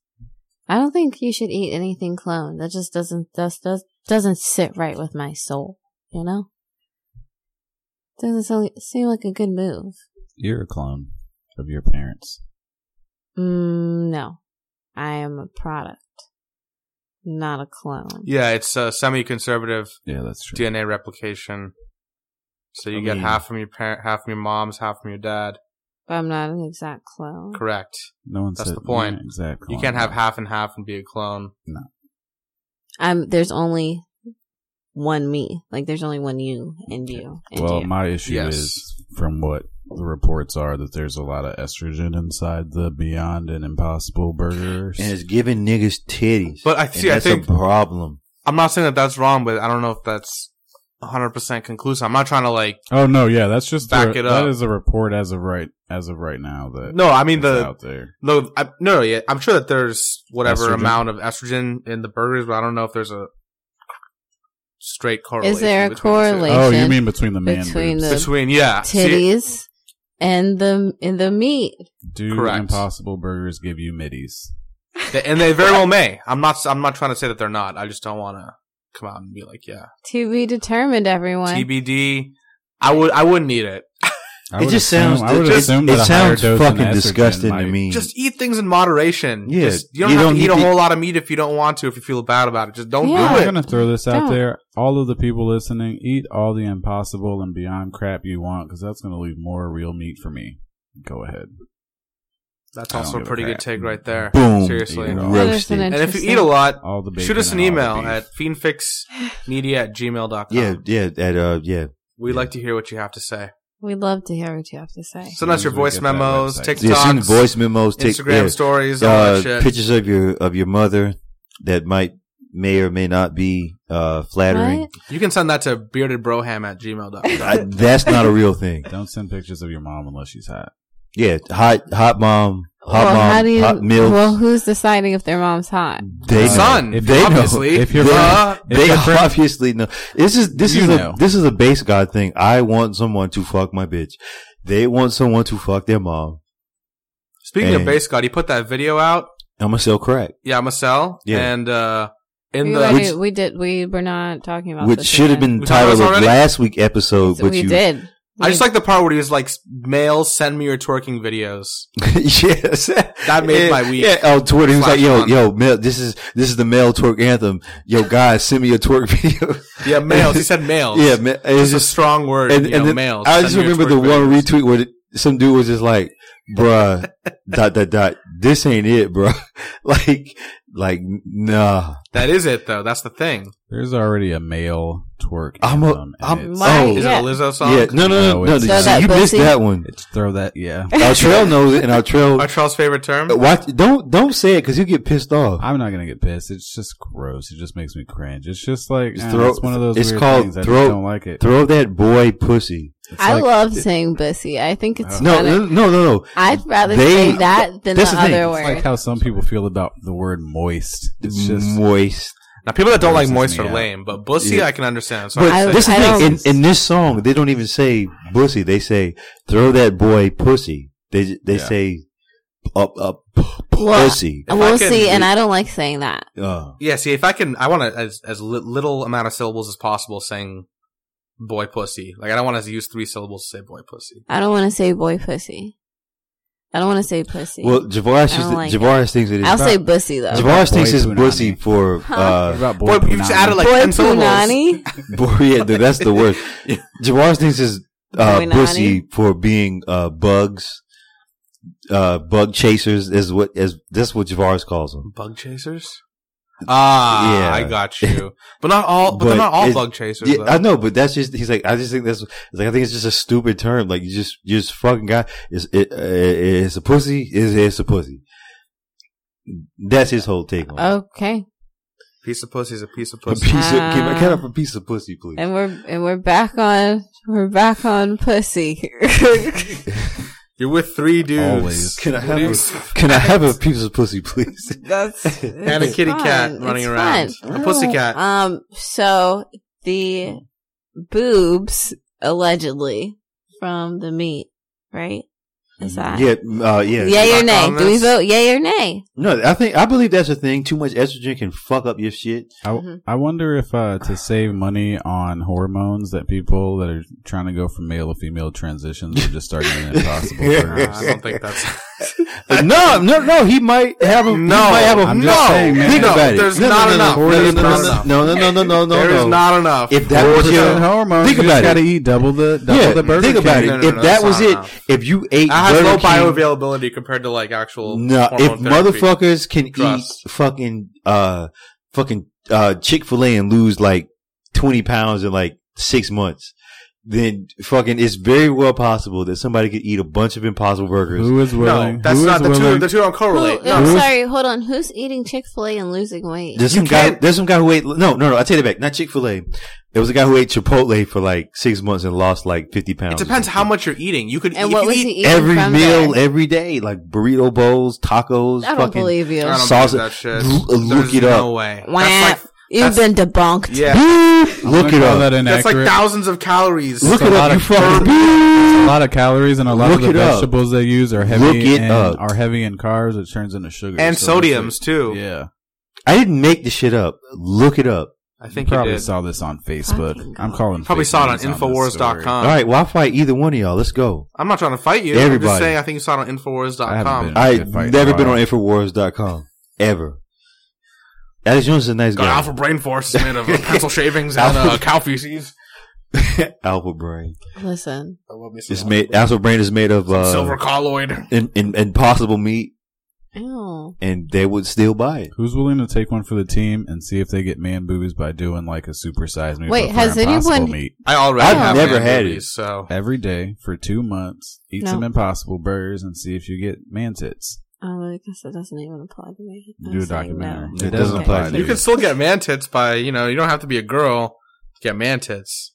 I don't think you should eat anything cloned. That just doesn't does does doesn't sit right with my soul. You know, doesn't sound, seem like a good move.
You're a clone of your parents.
Mm, no, I am a product, not a clone.
Yeah, it's uh, semi-conservative
Yeah, that's true.
DNA replication. So you
I
get
mean-
half from your parent, half from your mom's, half from your dad.
But I'm not an exact clone.
Correct.
No one
That's
said
the point.
yeah, Exact
You
clone.
can't have half and half and be a clone.
I'm there's only one me. Like there's only one you and you and
Well,
you.
my issue
Yes.
is from what the reports are that there's a lot of estrogen inside the Beyond and Impossible burgers.
And it's giving niggas titties.
But I
And
see. I
that's
think
a problem.
I'm not saying that that's wrong, but I don't know if that's 100 percent conclusive. I'm not trying to like.
oh no, yeah, that's just
Back
the-
it up.
That is a report as of right as of right now that
No, I mean
is
the
out there.
No, I, no, no, yeah, I'm sure that there's whatever
Estrogen?
amount of estrogen in the burgers, but I don't know if there's a straight correlation.
there a
between the two.
correlation?
Oh, you mean between the man
between
boobs?
the-
Between yeah, See,
titties and the and the meat.
Do
Correct.
Impossible burgers give you middies?
they- and they very well may. I'm not. I'm not trying to say that they're not. I just don't want to come out and be like, yeah,
To be determined, everyone.
TBD. I would. I wouldn't eat it.
I
It
would
just
assume-
sounds.
I
It,
would
just-
assume
it
that a higher
sounds
dose in
fucking
estrogen
disgusting to
might-
me.
Just eat things in moderation.
Yeah,
Just- you don't
you
have
don't
to eat
need
a
to-
whole lot of meat if you don't want to. If you feel bad about it, just don't
Yeah.
do
I'm
it.
gonna throw this out
Don't.
there. All of the people listening, eat all the impossible and beyond crap you want, because that's gonna leave more real meat for me. Go ahead.
That's
I don't
also a
give a
pretty good
crap.
take right there.
Boom.
Seriously.
Eat it all.
That is
Roasted.
an
And if you
interesting-
eat a lot,
All the bacon
shoot us an
and all the
email
beef.
at fiendfixmedia at gmail.com.
Yeah, yeah, at uh, yeah.
We like to hear what you have to say.
We'd love to hear what you have to say.
Send us your
Soon as
voice
we get that
memos,
website.
TikToks,
Yeah, send voice memos, take,
Instagram
yeah,
stories, all
uh,
that shit.
pictures of your of your mother that might may or may not be uh, flattering.
What?
You can send that to beardedbroham at gmail.com.
I, that's not a real thing.
Don't send pictures of your mom unless she's hot.
Yeah, hot hot mom, hot
well,
mom,
how do you?
hot milk.
Well, who's deciding if their mom's hot?
they know.
Son,
If
they know.
obviously.
If you're
Uh,
if
They
your friend-
obviously know. This is this
You
is
know.
a this is a base god thing. I want someone to fuck my bitch. They want someone to fuck their mom.
Speaking of
Hey.
base god, he put that video out.
I'm gonna sell crack,
Yeah, Marcel.
Yeah.
And uh, in
we,
the
already- we did. We were not talking about
which
this
should have
again.
been the
We talked
title
about this
of
already?
last week episode. But
we
you,
did.
I just like the part where he was like, "Male, send me your twerking videos."
yes,
That made
Yeah,
my week.
Yeah, on Twitter, he was
Flash
like, "Yo,
on.
yo, male, this is this is the male twerk anthem. Yo, guys, send me your twerk video."
Yeah, males. He said males.
yeah, man,
it's
it's
a
just
strong word.
and,
you
and
know,
then
males.
I
Send
just
me your
remember the
twerk
one
videos.
retweet where some dude was just like, "Bruh, dot dot dot, this ain't it, bro." like, like, nah.
That is it, though. That's the thing.
there's already a male twerk.
I'm a-
anthem, and
I'm-
it's-
My,
Oh.
Is
yeah.
it a Lizzo song?
yeah, no, no, no,
No,
no.
it's-
see,
Throw that
you missed
pussy.
that one.
It's throw that. Yeah,
Our trail knows it, and our trail.
Artrell's favorite term.
Watch, don't don't say it because you get pissed off.
I'm not gonna get pissed. It's just gross. It just makes me cringe. It's just like
Just
eh,
throw-
it's one of those.
it's
weird
called
things. I just
throw-
don't like it.
Throw that boy pussy.
It's
I
like-
love saying bussy. I think it's
No,
funny.
no, no, no, no.
I'd rather say
They-
that than the,
that's the thing.
other
It's
word.
It's like how some people feel about the word moist. It's just
moist.
Now, people that don't like
Grosses
moist are
me out.
lame, but bussy,
Yeah.
I can understand. So
But
I-
this is
I
the
don't-
thing. In, in this song, they don't even say pussy. They say throw that boy pussy. They they
Yeah.
say up up
Well,
pussy.
If I
we'll
can-
see, and I don't like saying that.
Uh,
yeah, see, if I can, I want to as as li- little amount of syllables as possible saying "boy pussy." Like, I don't want to use three syllables to say "boy pussy."
I don't want to say boy pussy. I don't want to say pussy.
well, Javaris
I
is
don't like
Javaris thinks it is.
I'll say bussy though.
Java-
Javaris thinks
Boy
it's
punani.
pussy for
What
uh,
about
Boy,
boy.
we just added like
boy
ten syllables.
punani.
boy, yeah, dude, that's the word. Javaris thinks it's uh,
Punani.
pussy for being uh, bugs. Uh, bug chasers is what is that's what Javaris calls them.
Bug chasers. Ah,
Yeah.
I got you. But not all. But, they're
But
not all
it-
bug chasers.
Yeah,
though.
I know, but that's just he's like I just think that's like I think it's just a stupid term. Like you just you just fucking guy. It's it, uh, it's a pussy. It's, it's a pussy. That's his whole take on it.
Okay,
piece of pussy is a piece of
A
pussy.
piece of, can I get
Ah.
up a piece of pussy, please?
and we're and we're back on we're back on pussy.
You're with three dudes.
Always.
Can I
What do
have
you
a, can I have a piece of pussy, please?
That's
And a kitty cat running around. A pussy cat.
Um. So the boobs allegedly from the meat, right? Is that
Mm-hmm.
yeah, uh, yeah,
Yay or
Rock on
nay? Do we
this.
vote yay or nay?
No, I think I believe that's a thing. Too much estrogen can fuck up your shit.
I, I wonder if uh, to save money on hormones that people that are trying to go from male to female transitions are just starting an impossible
Uh,
burgers.
I don't think that's.
no, no, no. He might have a. he
No,
might have a.
I'm just saying, man.
think
No,
about it.
there's not enough.
No, no,
There's not
no,
enough.
no, no, no, no, no, no.
there is
no.
not enough.
If that was
Percent
your,
hormones,
Think
you
about
just
it.
gotta eat double the double
yeah,
the burger.
think about
King.
it.
No, no,
if that
no, that's
was
not
it,
enough.
if you ate
that has
Burger
low
King,
bioavailability compared to like actual.
No,
hormone
if
therapy.
motherfuckers can
Drugs.
eat fucking uh fucking uh Chick Fil A and lose like twenty pounds in like six months, then fucking it's very well possible that somebody could eat a bunch of Impossible Burgers.
Who is willing?
no, that's
who
not
is
the two.
willing-
The two don't
Who,
correlate.
I'm
Who's-
sorry. Hold on. Who's eating Chick Fil A and losing weight?
There's some
You
guy.
can't-
There's some guy who ate. No, no, no. I take it back. Not Chick Fil A. There was a guy who ate Chipotle for like six months and lost like fifty pounds.
It depends how much you're eating. You could.
and
you
what
could
was
eat,
he eating
Every
from
meal,
there?
every day, like burrito bowls, tacos.
I don't
fucking,
believe you.
I don't
Salsa.
believe that shit.
L- look
There's
it
no
up.
way. That's
Wah.
like
You've
that's-
been debunked.
yeah.
Look
I'm
it
gonna call That
up.
That's like
inaccurate.
thousands of calories.
Look
a
it
lot
up. You
of
fucking.
a lot of calories and a lot
Look
of the
it up.
vegetables they use are
Look
heavy
it
and
up.
are heavy in carbs. It turns into sugar
and
So it's
sodiums too.
like- Yeah,
I didn't make the shit up. Look it up.
I
you
think you
probably
did.
saw this on Facebook. I'm calling.
Probably
fake
saw it on
news this story.
Infowars.com.
All right, well, I'll fight either one of y'all. Let's go.
I'm not trying to fight you. I'm just
Everybody.
saying I think you saw it on
I haven't
Infowars.com.
been.
I've
Good fight.
never been
Wow.
on Infowars.com. Ever. Alex Jones is a nice
Got
guy.
alpha brain force is made of uh, pencil shavings and
Alpha-
uh, cow feces.
Alpha Brain.
Listen.
It's made, Alpha Brain is made of, uh,
Silver colloid.
in, in, impossible meat.
Ew. Oh,
and they would still buy it.
Who's willing to take one for the team and see if they get man boobies by doing like a supersize me?
Wait,
for
has
Fair Impossible
anyone-
meet
I already
I've
have
never
man
had
boobies, so
every day for two months? Eat
No.
some Impossible burgers and see if you get man tits.
Oh, I guess it doesn't even apply to me.
Do
I'm
a
saying
documentary.
no.
It doesn't
Okay.
apply to
you
you.
can still get man tits by you know you don't have to be a girl to get man tits.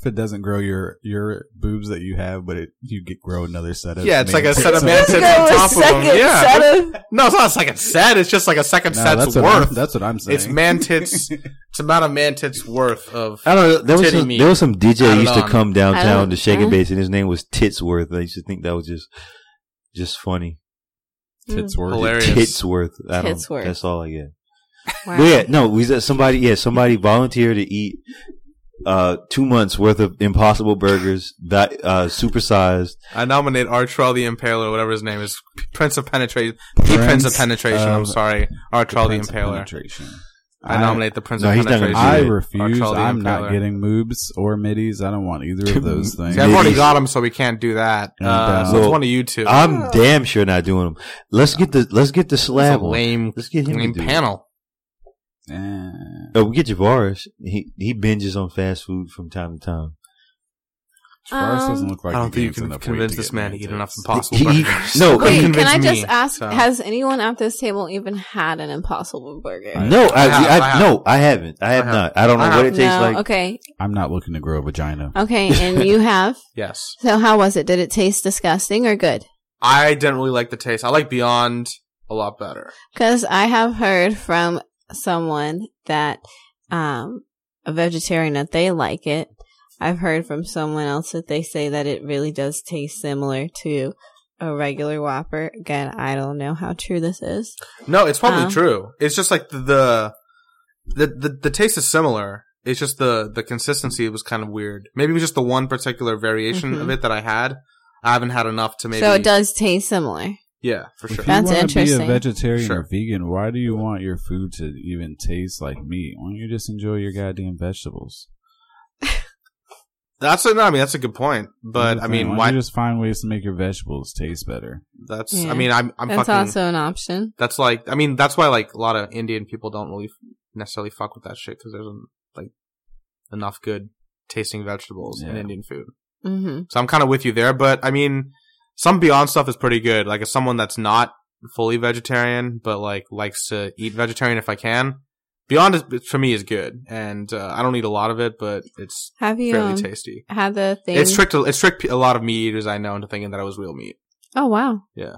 If it doesn't grow your your boobs that you have, but it, you get grow another set of
Yeah, it's like a
tits
set of
on-
man
Let's
tits
go
on
a
top of them.
second
Yeah,
set of
no, it's not a second set. It's just like a second
No,
set's
that's what
worth.
I'm, that's what I'm saying.
it's man tits. it's amount of man tits worth of.
I don't know. There was
Titty
some,
meat.
there was some DJ
Add
that
it
used to
on.
come
I don't-
downtown to Shaker
uh.
Bass, and his name was Titsworth. I used to think that was just just funny.
tits worth.
Hilarious.
Titsworth. I don't,
Titsworth.
That's all I get.
Wow.
But yeah, no, we said somebody. Yeah, somebody volunteered to eat uh two months worth of Impossible burgers that uh supersized.
I nominate Artrell the Impaler, whatever his name is, Prince of Penetration, the Prince of Penetration. I'm
of
sorry, Artrell the
Prince of
Impaler.
penetration.
I nominate the Prince
No,
of
he's not gonna
I
Penetration.
Or
refuse.
Charlie
I'm not
Impaler.
getting moobs or middies. I don't want either of those things.
See, I've already
Middies.
got him, so we can't do that.
Mm,
Uh,
that's-
so it's
Well,
one of you two.
I'm damn sure not doing them. Let's get the let's get the
It's a
slab one.
lame,
Let's get him to
lame
do it.
panel.
Eh.
Oh, we get Javaris. He he binges on fast food from time to time.
Forrest
Um,
doesn't look like
I
he
don't think you
gains
can
enough weight
convince
to
this
get
man to
man
eat enough
tits.
impossible
He- he-
burgers.
no,
Couldn't
Wait, can
convince
I just
me,
ask?
so.
Has anyone at this table even had an Impossible Burger?
No, I,
I have,
I-
I have.
no, I haven't. I have
I have.
not. I don't know
I
what it
have.
tastes
no.
like.
okay.
I'm not looking to grow a vagina.
Okay. And you have.
yes,
So how was it? Did it taste disgusting or good?
I didn't really like the taste. I like Beyond a lot better.
Because I have heard from someone that um, a vegetarian that they like it. I've heard from someone else that they say that it really does taste similar to a regular Whopper. Again, I don't know how true this is.
No, it's probably
Um,
true. It's just like the the, the the taste is similar. It's just the the consistency was kind of weird. Maybe it was just the one particular variation of
Mhm.
it that I had. I haven't had enough to maybe.
So it does taste similar.
Yeah, for sure.
If you
That's
want to be a
interesting.
vegetarian
Sure.
or vegan, why do you want your food to even taste like meat? Why don't you just enjoy your goddamn vegetables?
That's a, no, I mean that's a good point.
That's
But
the
I
thing.
mean,
why,
why?
don't you just find ways to make your vegetables taste better?
that's
Yeah.
I mean I'm I'm
That's
fucking.
also an option.
That's like I mean that's why like a lot of Indian people don't really necessarily fuck with that shit because there's um, like enough good tasting vegetables in
Yeah.
Indian food.
hmm
So I'm kind of with you there, but I mean, some Beyond stuff is pretty good. Like, as someone that's not fully vegetarian, but like likes to eat vegetarian if I can, Beyond is, for me is good, and uh, I don't eat a lot of it, but it's
Have you
fairly
um,
tasty.
had the thing?
It's tricked a- it's tricked a lot of meat eaters I know into thinking that it was real meat.
Oh wow.
Yeah.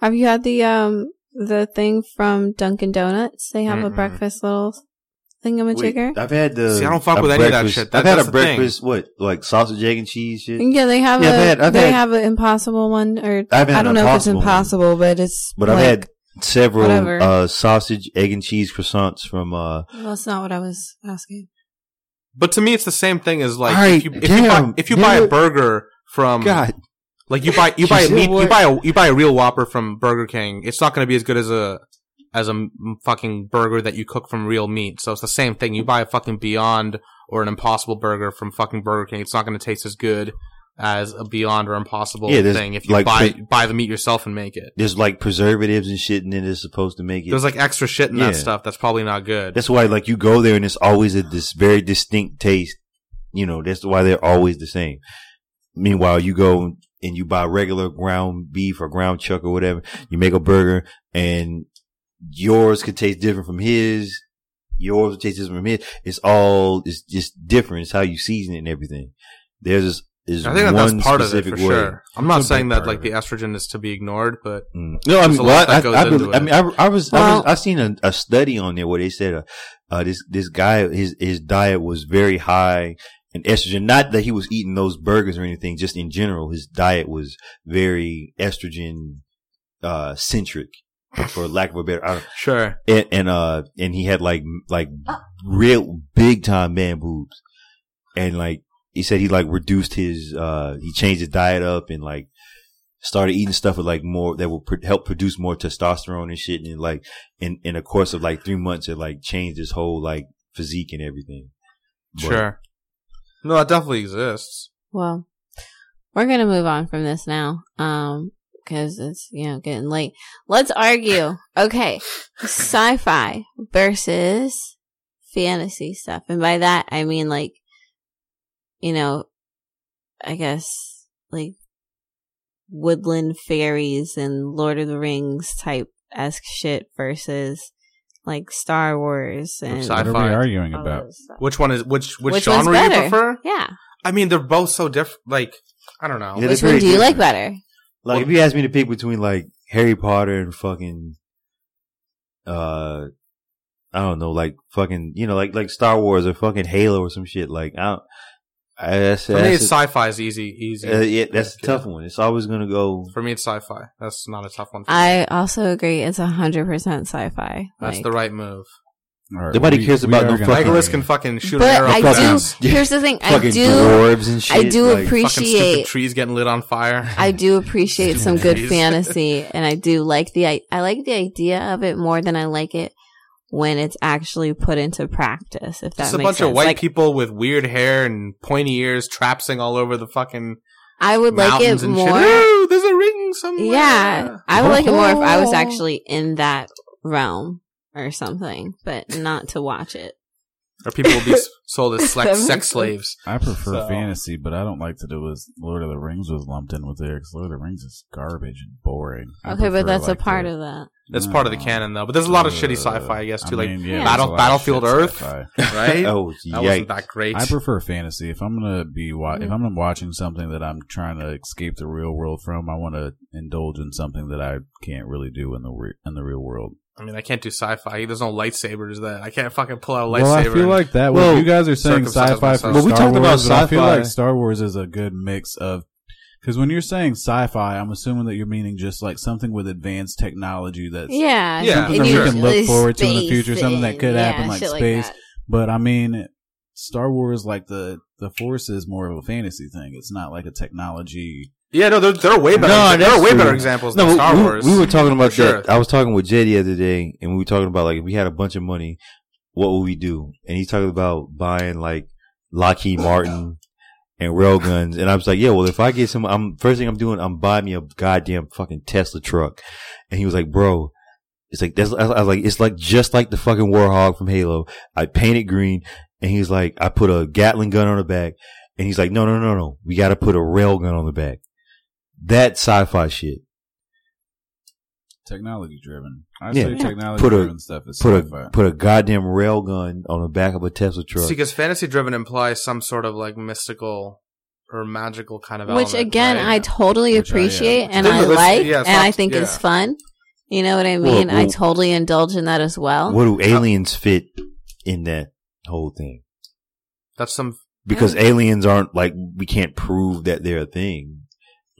Have you had the um the thing from Dunkin' Donuts? They have a
Mm-mm.
breakfast little thingamajigger.
Wait, I've had the.
See, I don't fuck
a
with any of that
breakfast-
shit. That-
I've had
that's
a
the thing.
breakfast, what, like sausage, egg, and cheese shit?
Yeah, they have
Yeah,
a
I've had- I've
they
had-
have an impossible one or
I haven't
I
had
don't
an
know if it's
Impossible
impossible, but it's
But I've
like-
had several
whatever.
uh, sausage, egg, and cheese croissants from. Uh,
Well, that's not what I was asking.
But to me, it's the same thing as like
Alright,
if you, if you, buy,
damn,
if you buy a
dude.
burger from
God.
like you buy you buy a
You
meat,
know
you
what?
buy a you buy a real Whopper from Burger King. It's not going to be as good as a as a m- fucking burger that you cook from real meat. So it's the same thing. You buy a fucking Beyond or an Impossible burger from fucking Burger King. It's not going to taste as good as a Beyond or Impossible
Yeah, there's,
thing if you
like,
buy
pre-
buy the meat yourself and make it.
There's like preservatives and shit, and then it's supposed to make it.
There's like extra shit in
Yeah.
that stuff that's probably not good.
that's why, like, you go there and it's always a this very distinct taste. You know, that's why they're always the same. Meanwhile, you go and you buy regular ground beef or ground chuck or whatever. You make a burger, and yours could taste different from his. Yours would taste different from his. It's all it's just different. It's how you season it and everything. There's this is
I think that
one
that's part of it
specific
for
way.
sure. I'm not
It's a big
saying that
part
like
of
the estrogen is to be ignored, but
Mm. No, I
There's
mean,
a
well,
lot
I,
that goes
I, I,
into
believe- I
it.
mean, I, I was, I
Well-
was, I seen a, a study on there where they said, uh, uh, this, this guy, his, his diet was very high in estrogen. Not that he was eating those burgers or anything, just in general, his diet was very estrogen, uh, centric, for lack of a better, I don't,
sure.
and, and, uh, and he had like, like real big time man boobs. And like, he said he like reduced his, uh, he changed his diet up and like started eating stuff with like more that will pr- help produce more testosterone and shit. And then, like, in, in a course of like three months, it like changed his whole like physique and everything. But-
Sure. No, it definitely exists.
Well, we're gonna move on from this now. Um, because it's you know getting late. Let's argue. Okay, sci-fi versus fantasy stuff, and by that I mean like, you know, I guess like woodland fairies and Lord of the Rings type esque shit versus like Star Wars and
Sci-fi
What are we
Sci-fi.
arguing
all
about?
those stuff.
Which one is which? Which,
one's
genre you
better?
prefer?
Yeah.
I mean, they're both so different. Like, I don't know.
Yeah, they're
Which one
very
do you like
different.
better?
Like if you asked me to pick between like Harry Potter and fucking, uh, I don't know, like fucking, you know, like like Star Wars or fucking Halo or some shit. Like I, don't, I that's,
For me,
that's
it's
a,
sci-fi is easy, easy.
uh, yeah, that's a tough one. It's always gonna go.
For me, it's sci-fi. That's not a tough one. For me.
I also agree. It's hundred percent sci-fi.
That's
Like-
the right move.
All right,
Nobody
we-
cares
we
about
are
no
gonna-
fucking-
Legolas can fucking shoot
but
an arrow.
I
through
do.
houses.
Here's the thing. I
fucking
do.
dwarves and shit.
I do
like,
Fucking stupid
appreciate.
trees getting lit on fire.
I do appreciate some good
Stupid trees.
fantasy, and I do like the. I, I like the idea of it more than I like it when it's actually put into practice. If that
Just a
makes
bunch
sense.
of white
Like,
people with weird hair and pointy ears trapsing all over the fucking
I would like
mountains
it
and
more.
shit. Ooh, there's a ring somewhere.
Yeah, I would like it more if I
Oh.
was actually in that realm or something, but not to watch it.
Or people will be s- sold as
That
sex,
makes
sex
sense.
slaves.
I prefer
So-
fantasy, but I don't like that it was Lord of the Rings was lumped in with there because Lord of the Rings is garbage and boring. I
Okay,
prefer,
but that's
like,
a part
the-
of that.
That's part of the
No.
canon, though. But there's a lot of
Uh,
shitty sci-fi, I guess, too.
mean,
Yeah.
yeah,
Battle-
there's a lot of
Battlefield
shit
Earth?
sci-fi.
like,
Oh,
right? that wasn't
yikes.
that great.
I prefer fantasy. If I'm gonna be wa- if I'm watching something that I'm trying to escape the real world from, I want to indulge in something that I can't really do in the re- in the real world.
I mean, I can't do sci-fi. There's no lightsabers. That I can't fucking pull out a lightsaber.
Well, I feel
and-
like that.
Well,
well, you guys are saying
circumcise
sci-fi from
myself. Well,
we
Star
talked about
Wars, but I feel
sci-fi.
like Star Wars is a good mix of because when you're saying sci-fi, I'm assuming that you're meaning just like something with advanced technology that's.
Yeah,
Yeah,
and
something that we
usually
can
look forward to in the future,
space
something that could
and-
happen,
yeah,
like
shit
space.
that.
But I mean, Star Wars like the the Force is more of a fantasy thing. It's not like a technology.
yeah, no, they're, they're way
No,
better. there are
that's
way
true.
better examples
No,
than
we-
Star
we,
Wars.
we were talking about
Sure.
that. I was talking with Jay the other day, and we were talking about like if we had a bunch of money, what would we do? And he's talking about buying like Lockheed Martin and railguns. And I was like, yeah, well, if I get some, I'm first thing I'm doing, I'm buying me a goddamn fucking Tesla truck. And he was like, bro. It's like that's. I was like, it's like just like the fucking Warhog from Halo. I paint it green, and he's like, I put a Gatling gun on the back, and he's like, no, no, no, no, we got to put a rail gun on the back. That sci-fi shit.
Technology driven. I
Yeah.
say
Yeah.
technology
Put
driven
a-
stuff is
put
sci-fi.
a put a goddamn rail gun on the back of a Tesla truck.
See, because fantasy driven implies some sort of like mystical or magical kind of
Which
element,
again,
right?
I totally
Which I, yeah,
appreciate
which
and
I-
I
Yeah,
like,
yeah,
and I
Fox-
think is
yeah.
fun. You know what I
Well,
mean? I
well-
totally indulge in that as well.
What do aliens fit in that whole thing?
that's some.
Because aliens aren't like we can't prove that they're a thing.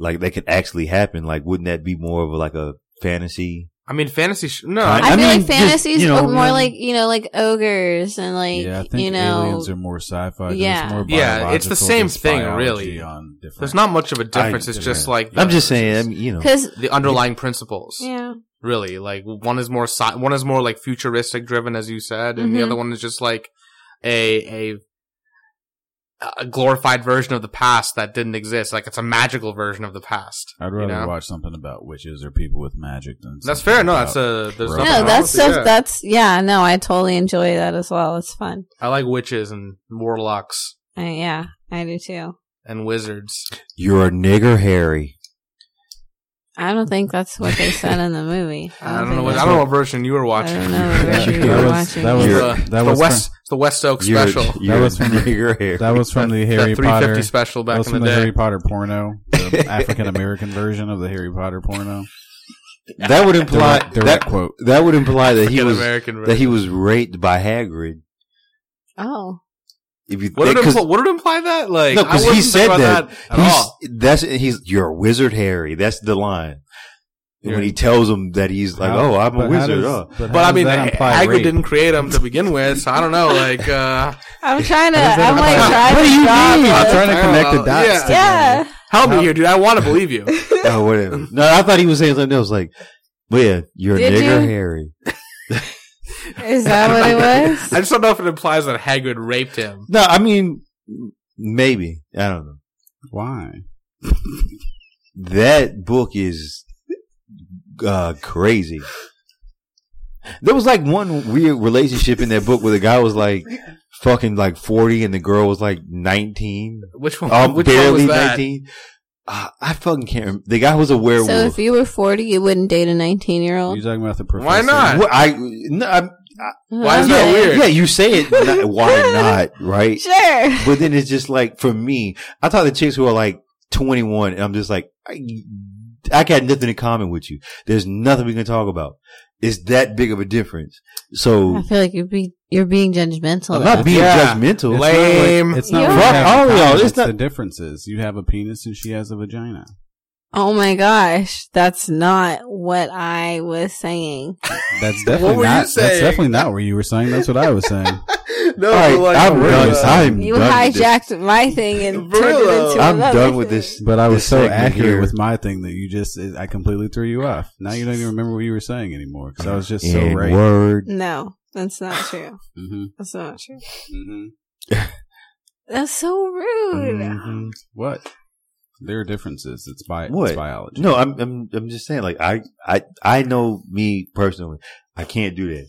Like that could actually happen. Like wouldn't that be more of a, like a fantasy?
I mean, fantasy. Sh- no,
I-
I,
I
feel
mean,
like
just,
fantasies
you know,
are more
um,
like you know, like ogres and like
yeah, I think
you know,
aliens are more sci-fi. Yeah,
yeah.
more
Yeah, it's the
biological,
same
just
thing,
biology
really.
On different-
there's not much of a difference.
I-
it's just like
I'm just saying. I mean, you know,
because
the underlying principles.
yeah,
Really, like one is more sci- one is more like futuristic driven, as you said, and the
Mhm.
other one is just like a a a glorified version of the past that didn't exist. Like it's a magical version of the past.
I'd
you
rather
know?
watch something about witches or people with magic than
That's
something
fair. No,
about-
that's a there's
No,
nothing
no,
wrong
that's
with it,
so
yeah.
that's yeah, no, I totally enjoy that as well. It's fun.
I like witches and warlocks
Uh, yeah, I do too.
and wizards.
you're a nigger Harry.
I don't think that's what they said in the movie.
I don't know.
think
What,
that's
I don't know what version you were
I
watching.
don't know what
Yeah,
version
that
you were
was-
watching.
that was-
Yeah.
the,
that
the
was
West the West Oak
You're,
special.
You're
That was
a
from the-
nigger Harry.
That was from the Harry
that 350
Potter.
special
that
back
was
in
from
the
the,
day.
Harry Potter porno, the African American version of the Harry Potter porno.
that would imply
Direct, direct
that
quote.
that would imply that he
African
was
American
that he
version.
was raped by Hagrid.
Oh,
If you
What
think-
did, it
'cause-
imply, what did it imply that? Like,
No,
I
'cause he
wasn't
said
thinking about
that.
at
he's,
all.
That's he's you're a wizard, Harry. That's the line. And when he tells him that he's like,
How-
"Oh, I'm a
but how
wizard,"
does-
huh?
but, how
But I
does
mean,
that imply
Hagrid
rape?
didn't create him to begin with, so I don't know. Like, uh,
I'm trying to.
What is that
I'm like
about?
trying
What
to.
do you
draw
mean?
the-
I'm trying to connect the
Parallel.
dots.
Yeah.
together.
Yeah,
help me here, dude. I want to believe you.
oh, whatever. No, I thought he was saying something else. Like, but yeah, you're
Did
a nigger,
you?
Harry.
is that what it was?
I just don't know if it implies that Hagrid raped him.
No, I mean, maybe I don't know.
Why?
That book is uh, crazy. There was like one weird relationship in that book where the guy was like fucking like 40 and the girl was like 19.
Which one?
Um,
which one
barely
was that?
19. Uh, I fucking can't remember. The guy was a werewolf.
So if you were 40, you wouldn't date a 19 year
You
old?
talking about the professor?
Why not?
What- I, no, I,
Why is that
yeah,
weird?
yeah, you say it. not- why not? Right?
Sure.
But then it's just like for me, I talk to chicks who are like 21, and I'm just like, I, I got nothing in common with you. There's nothing we can talk about. It's that big of a difference. So
I feel like you're, be- you're being judgmental.
I'm not being
Yeah.
judgmental.
Like- Lame.
It's not.
Yeah.
what you
Fuck
have in
all y'all,
common,
it's
It's the
not-
differences. You have a penis and she has a vagina.
oh my gosh. That's not what I was saying.
That's definitely not.
were you
That's
saying?
definitely not what you were saying. That's what I was saying.
no,
All right,
but like,
I'm
uh,
done. I'm
You
done with this.
hijacked my thing and
For
turned it
real.
into
I'm
another
done with
thing.
this.
But I was
This
so
segment
accurate
here.
with my thing that you just I completely threw you off. Now you don't even remember what you were saying anymore because I was just so
In
right.
word.
No, that's not true.
Mm-hmm.
That's not true.
Mm-hmm.
That's so rude.
Mhm.
Mm-hmm. What? There are differences. It's bi-
What?
It's biology.
No, I'm, I'm, I'm just saying. Like, I, I, I know me personally. I can't do that.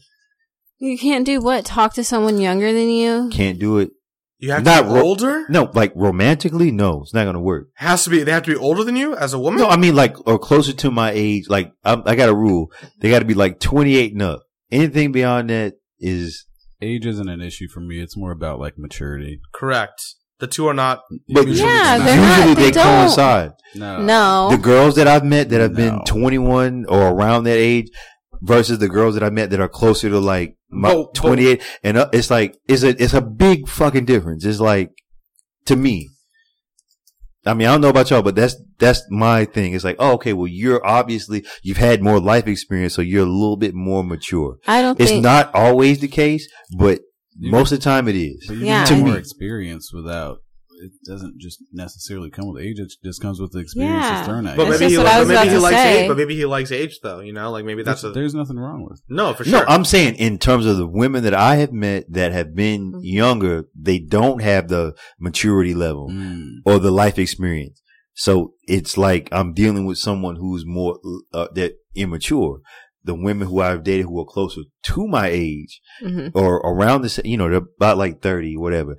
You can't do what? Talk to someone younger than you?
Can't do it.
you have
Not
to be
ro-
older.
No, like romantically, no, it's not gonna work.
Has to be. They have to be older than you as a woman.
No, I mean like or closer to my age. Like I'm, I got a rule. They got to be like 28 and up. Anything beyond that is.
Age isn't an issue for me. It's more about like maturity.
Correct. The two are not.
But
Usually
Yeah,
it's
they're not-
usually
they
they
don't-
coincide.
No.
No.
The girls that I've met that have been
No.
21 or around that age versus the girls that I met that are closer to like my
But- but-
28 and up. It's like it's a it's a big fucking difference. It's like to me. I mean, I don't know about y'all, but that's that's my thing. It's like, oh, okay, well, you're obviously you've had more life experience, so you're a little bit more mature.
I don't
It's
think.
not always the case, but
You-
most of the time it is.
But you
Yeah.
yeah,
To
have more
me.
experience without. It doesn't just necessarily come with age. It just comes with the experience
Yeah.
that's thrown at you.
But
That's just
maybe he,
what
li-
I was
but maybe
about
he
to
likes
say.
age. But maybe he likes age though. You know, like maybe that's a
there's nothing wrong with. it.
no for
No,
sure.
I'm saying in terms of the women that I have met that have been younger, they don't have the maturity level
Mm.
or the life experience. So it's like I'm dealing with someone who's more uh, that immature. The women who I've dated who are closer to my age
Mhm.
or around the, sa- you know, they're about like 30, whatever.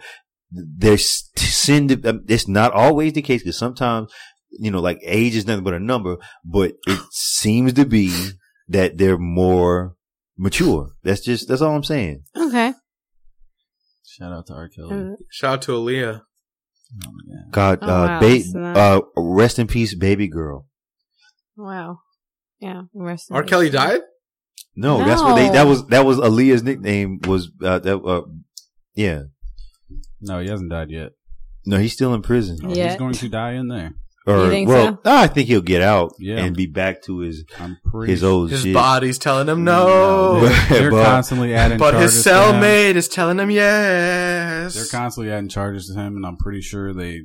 They're s- send, um, it's not always the case because sometimes, you know, like age is nothing but a number, but it seems to be that they're more mature. That's just, that's all I'm saying.
Okay.
Shout out to R. Kelly.
Mm.
Shout out to Aaliyah.
Oh, yeah.
God,
Oh,
uh,
wow, it's
ba-
not-
uh, rest in peace, baby girl.
Wow. Yeah. Rest in
R.
peace.
Kelly died.
No, that's what they,
No.
that was, that was Aaliyah's nickname was, uh, that, uh, yeah.
No, he hasn't died yet.
No, he's still in prison.
Oh,
Yet.
He's going to die in there.
Or,
You think
well, I think he'll get out
Yeah.
and be back to his,
I'm pretty.
his old
His
Oh, shit.
body's telling him no.
No.
they're, they're
But-
constantly adding.
But his
charges to him.
cellmate is telling him yes.
They're constantly adding charges to him, and I'm pretty sure they.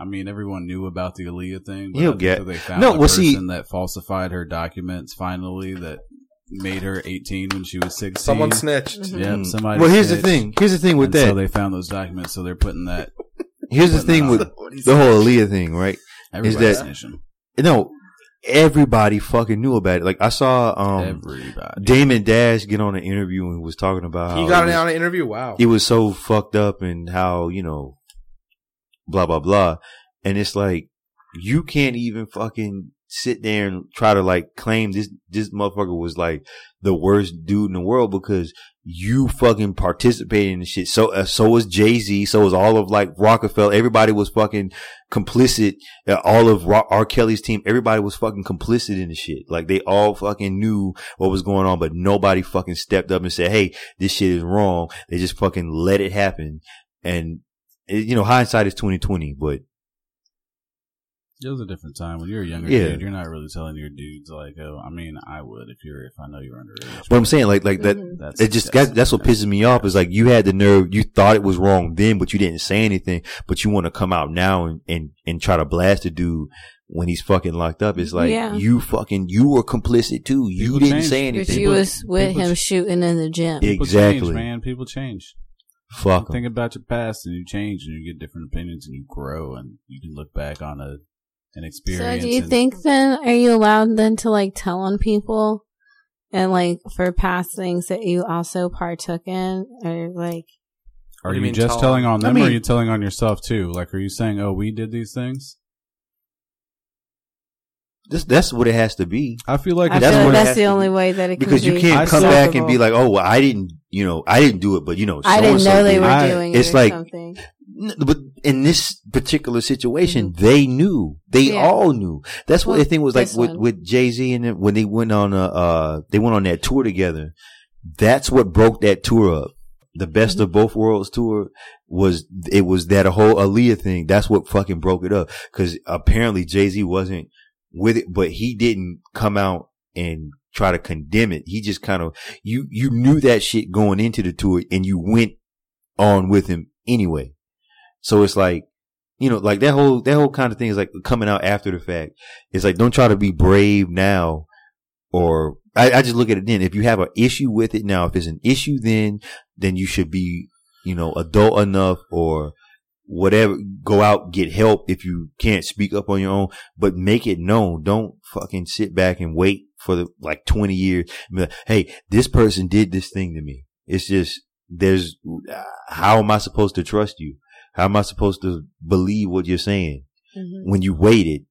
I mean, everyone knew about the Aaliyah thing. But
He'll
I think
get-
that they found
No,
the
well,
person
see-
that falsified her documents finally that made her 18 when she was 16.
Someone snitched.
Yep, somebody.
Hmm. Well, here's the
snitched.
thing. Here's the thing with
And
that.
So they found those documents, so they're putting that.
here's the
putting
thing
that
with
on.
the whole Aaliyah thing, right?
Everybody's
that-
snitching.
No, everybody fucking knew about it. Like I saw um
Everybody.
Damon Dash get on an interview and was talking about
He
how Uh, it,
got an,
was,
on an interview. Wow.
it was so fucked up and how you know, blah blah blah, and it's like you can't even fucking sit there and try to like claim this this motherfucker was like the worst dude in the world because you fucking participated in the shit. So uh, so was Jay Z. So was all of like Rockefeller. Everybody was fucking complicit. Uh, all of Ro- R. Kelly's team. Everybody was fucking complicit in the shit. Like they all fucking knew what was going on, but nobody fucking stepped up and said, "Hey, this shit is wrong." They just fucking let it happen. And it, you know, hindsight is twenty twenty, but
It was a different time when you're a younger
Yeah.
dude. You're not really telling your dudes like, oh, I mean, I would if you're if I know you're underage.
what I'm saying, like like that.
Mhm.
that's
It just that's, that's what pisses me off is like you had the nerve, you thought it was wrong then, but you didn't say anything, but you want to come out now and, and, and try to blast a dude when he's fucking locked up. It's like
Yeah.
you fucking you were complicit too. You
People
didn't
change.
say
Because
anything.
she was with
people-
him shooting in the gym.
Yeah.
People
Exactly.
change, man. People change. You
Fuck 'em.
think about your past and you change and you get different opinions and you grow and you can look back on a and
So
experience.
do you
and-
think then are you allowed then to like tell on people and like for past things that you also partook in or like
Are
What do
you,
you mean
just
tell-
telling on
I
them, or are
mean-
you telling on yourself too? Like, are you saying, "Oh, we did these things"?
This, that's what it has to be.
I feel like
I
it's
that's
feel like
what it
that's
has
the
to
only
be.
way that it
Because
can
you
be
can't come back and be
acceptable.
like, "Oh, well, I didn't, you know, I didn't do it," but you know,
I didn't
so-and-so
know they
did.
were
I-
doing
it's
it or
like-
something.
N- But in this particular situation, they knew. They
Yeah.
all knew. That's what
Well,
the thing was like
this
with,
one.
with Jay Z and then when they went on a, uh, they went on that tour together. That's what broke that tour up. The best of
Mm-hmm.
both worlds tour was it was that whole Aaliyah thing. That's what fucking broke it up because apparently Jay Z wasn't with it, but he didn't come out and try to condemn it. He just kind of you you knew that shit going into the tour and you went on with him anyway. So it's like, you know, like that whole that whole kind of thing is like coming out after the fact. It's like don't try to be brave now or I, I just look at it then. If you have an issue with it now, if it's an issue then then you should be, you know, adult enough or whatever go out get help if you can't speak up on your own but make it known don't fucking sit back and wait for the like 20 years and be like, hey this person did this thing to me it's just there's uh, how am i supposed to trust you how am I supposed to believe what you're saying
Mhm.
Mm-hmm. when you waited?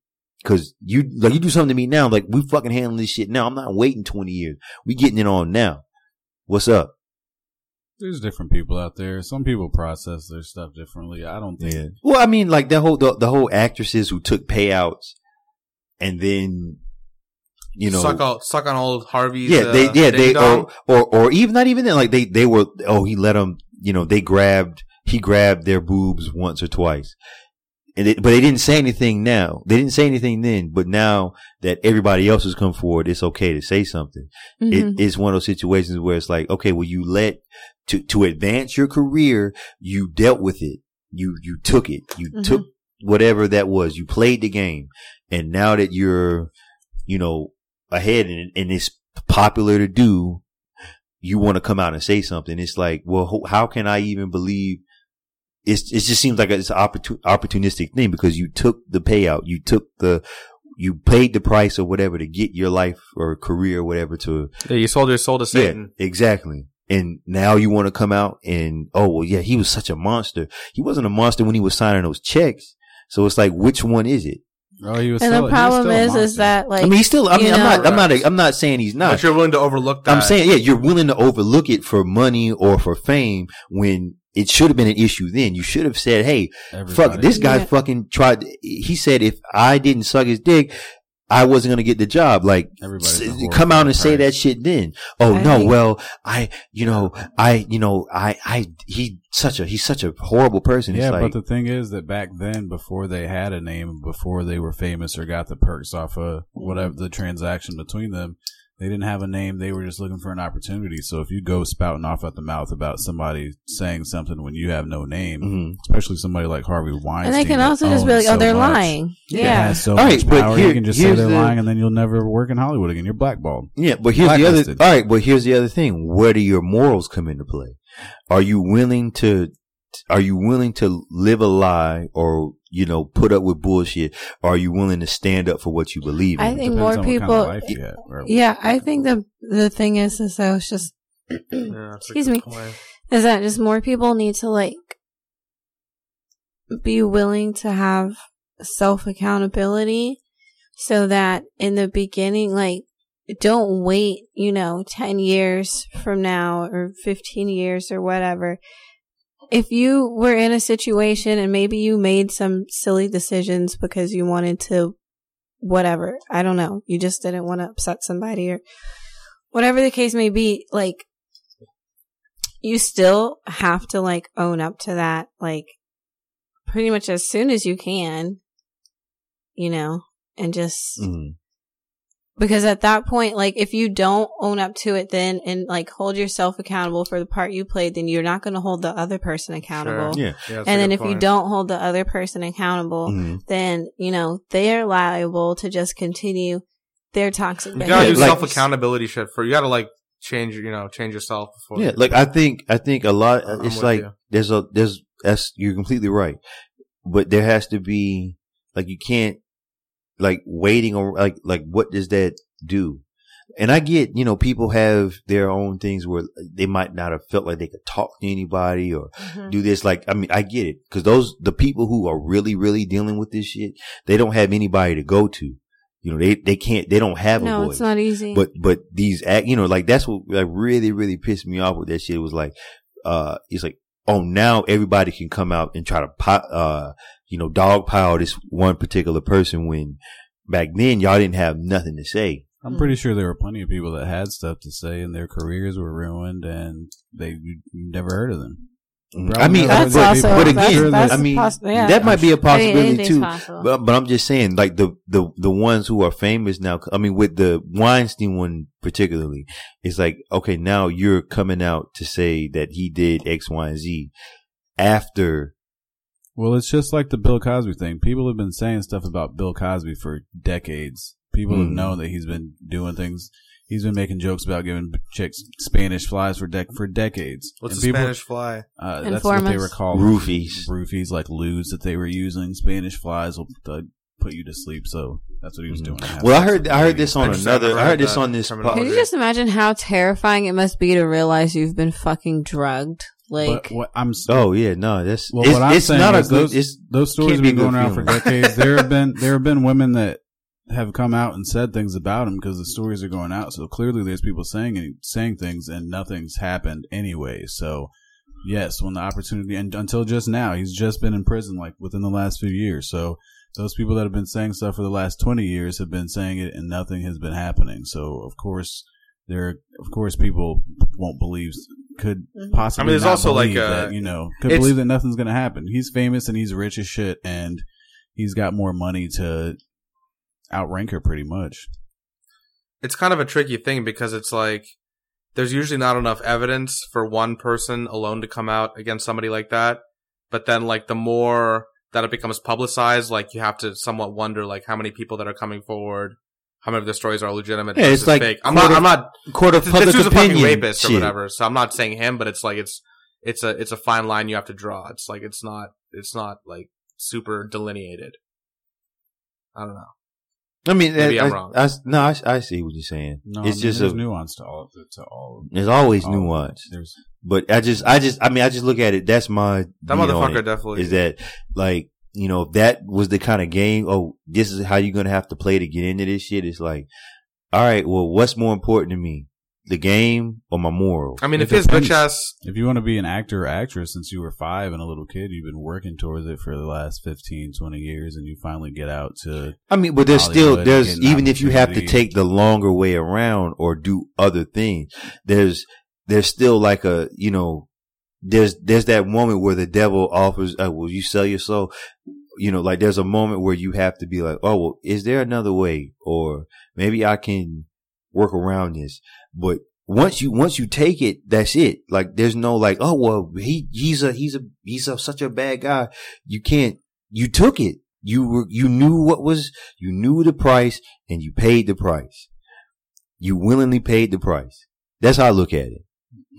Cause you, like, you do something to me now, like, we fucking handling this shit now. I'm not waiting 20 years. We getting it on now. What's up?
there's different people out there. Some people process their stuff differently. I don't think.
Well, I mean, like, that whole, the, the whole actresses who took payouts and then, you know.
suck on suck on old Harvey's.
yeah, they,
uh,
yeah, they, oh,
ding-dong.
or, or, or even not even that, like, they, they were, oh, he let them, you know, they grabbed, he grabbed their boobs once or twice. And it, but they didn't say anything now. They didn't say anything then, but now that everybody else has come forward, it's okay to say something.
Mhm.
It, it's one of those situations where it's like, okay, well, you let to to advance your career, you dealt with it. You you took it. You
Mhm.
took whatever that was. You played the game, and now that you're, you know, ahead and, and it's popular to do, you want to come out and say something. It's like, well, ho- how can I even believe? It's it just seems like it's an opportun, opportunistic thing because you took the payout, you took the, you paid the price or whatever to get your life or career or whatever to
yeah, you sold your soul to Satan.
yeah, exactly. And now you want to come out and, oh, well, yeah, he was such a monster. He wasn't a monster when he was signing those checks. So it's like, which one is it?
Oh, you.
And the problem is is that like
I mean, he's still, I
you
mean, I'm
know-
not, I'm not, a, I'm not saying he's
But
not.
you're willing to overlook that.
I'm saying, yeah, you're willing to overlook it for money or for fame when it should have been an issue then. You should have said, hey, Fuck, this guy
Yeah.
fucking tried, he said, if I didn't suck his dick, I wasn't going to get the job. Like,
Everybody's
s-
a whore
come
for
out
a
and say that
price.
shit then. Oh
I
no,
think-
well, I, you know, I, you know, I, I, he such a, he's such a horrible person.
Yeah,
it's like,
but the thing is that back then, before they had a name, before they were famous or got the perks off of whatever the transaction between them, they didn't have a name. They were just looking for an opportunity. So if you go spouting off at the mouth about somebody saying something when you have no name,
Mhm.
especially somebody like Harvey Weinstein,
and they can
that
also just be like
owns
oh
so
they're
much,
lying
that
yeah,
has so
All right,
much
but
power.
here-
you can just say
here's
they're
the-
lying, and then you'll never work in Hollywood again. You're blackballed.
yeah, but here's the other,
Blacklisted.
all right, but here's the other thing. Where do your morals come into play? Are you willing to, are you willing to live a lie or, you know, put up with bullshit? are you willing to stand up for what you believe in?
I think
Depends
more
on what kind of
people-
life you have, or-
yeah I think the the thing is is though it's just
Yeah, that's a
Excuse
good
me.
point.
is that just more people need to like be willing to have self accountability so that in the beginning like don't wait you know 10 years from now or 15 years or whatever if you were in a situation and maybe you made some silly decisions because you wanted to whatever i don't know you just didn't want to upset somebody or whatever the case may be like you still have to like own up to that like pretty much as soon as you can you know and just
Mhm.
because at that point like if you don't own up to it then and like hold yourself accountable for the part you played then you're not going to hold the other person accountable
Yeah.
Yeah, that's a
and then
good
if you
point. Mm-hmm.
don't hold the other person accountable
Mhm.
then you know they're liable to just continue their toxic
you gotta
behavior
do
like-
self accountability shit for. You gotta like change, your- you know, change yourself. Before
Yeah, like I think I think a lot.
I'm
It's
with
like
you.
there's a there's that's you're completely right, but there has to be like you can't like waiting on like like what does that do? And I get, you know, people have their own things where they might not have felt like they could talk to anybody or
Mm-hmm.
do this. Like, I mean, I get it because those the people who are really, really dealing with this shit, they don't have anybody to go to. You know, they they can't, they don't have a
No,
voice.
it's not easy.
But but these act, you know, like that's what like really really pissed me off with that shit. It was like, uh, it's like, oh, now everybody can come out and try to pop, uh, you know, dogpile this one particular person when back then y'all didn't have nothing to say.
I'm
Mm-hmm.
pretty sure there were plenty of people that had stuff to say, and their careers were ruined, and they you never heard of them.
Mm-hmm. Mm. I mean,
that's
but,
also
but
that's-
again,
that's
I mean,
possible, yeah.
that might be a
I mean,
possibility
anything's
too.
possible.
But but I'm just saying, like the the the ones who are famous now. I mean, with the Weinstein one particularly, it's like okay, now you're coming out to say that he did X, Y, and Z after.
Well, it's just like the Bill Cosby thing. People have been saying stuff about Bill Cosby for decades. People have
Mhm.
known that he's been doing things. He's been making jokes about giving chicks Spanish flies for dec for decades.
What's
And
a
people-
Spanish fly?
Uh, that's what they
Informants.
were called.
Roofies.
Roofies, like lewds that they were using. Spanish flies will uh, put you to sleep. So that's what he was doing.
Mm-hmm. Well, I heard I heard this on
I've
another.
never
I
heard
heard this
that
on this.
terminology.
Can
pod-
you just imagine how terrifying it must be to realize you've been fucking drugged? Like,
But what I'm s-
Oh yeah, no, that's
Well,
it's,
what I'm
it's
saying
not a
is
good.
those,
it's,
those stories have
can't be
been
a
going
good
around for
feeling.
decades. there have been there have been women that have come out and said things about him because the stories are going out. So clearly, there's people saying and saying things, and nothing's happened anyway. So yes, when the opportunity and until just now, he's just been in prison like within the last few years. So those people that have been saying stuff for the last 20 years have been saying it, and nothing has been happening. So of course. There, of course, people won't believe could possibly.
Mm-hmm. I mean, there's
not
also, like,
believe
uh,
that, you know, could
it's-
believe that nothing's gonna happen. He's famous and he's rich as shit, and he's got more money to outrank her pretty much.
it's kind of a tricky thing because it's like there's usually not enough evidence for one person alone to come out against somebody like that. But then like the more that it becomes publicized, like you have to somewhat wonder like how many people that are coming forward, how many of their stories are legitimate
Yeah,
versus
it's like
fake. I'm
court
not
of
I'm not
court of
this, this
public
dude's a fucking
opinion.
rapist or
shit.
whatever. So I'm not saying him, but it's like it's it's a it's a fine line you have to draw. It's like it's not it's not like super delineated. I don't know.
I mean,
Maybe
I,
I'm
I-
wrong.
I s- no, I, s- I see what you're saying.
No,
it's just
there's
a,
nuance to all of it, to all. Of,
there's always
all of it.
nuance.
There's
But I just, I just, I mean, I just look at it. That's my
That
view on it.
motherfucker definitely
is that like you know if that was the kind of game oh this is how you're gonna have to play to get into this shit it's like all right well what's more important to me the game or my moral
I mean
It
if his bitch
depends.
ass
if you want to be an actor or actress since you were five and a little kid, you've been working towards it for the last 15, 20 years, and you finally get out to
i mean but there's still
Hollywood
there's
getting
even if you have to
opportunity.
take the longer way around or do other things there's there's still like a you know there's there's that moment where the devil offers uh, will you sell your soul you know like there's a moment where you have to be like oh well is there another way or maybe i can work around this but once you once you take it that's it like there's no like oh well he he's a he's a he's a, such a bad guy you can't you took it you were you knew what was you knew the price and you paid the price you willingly paid the price that's how i look at it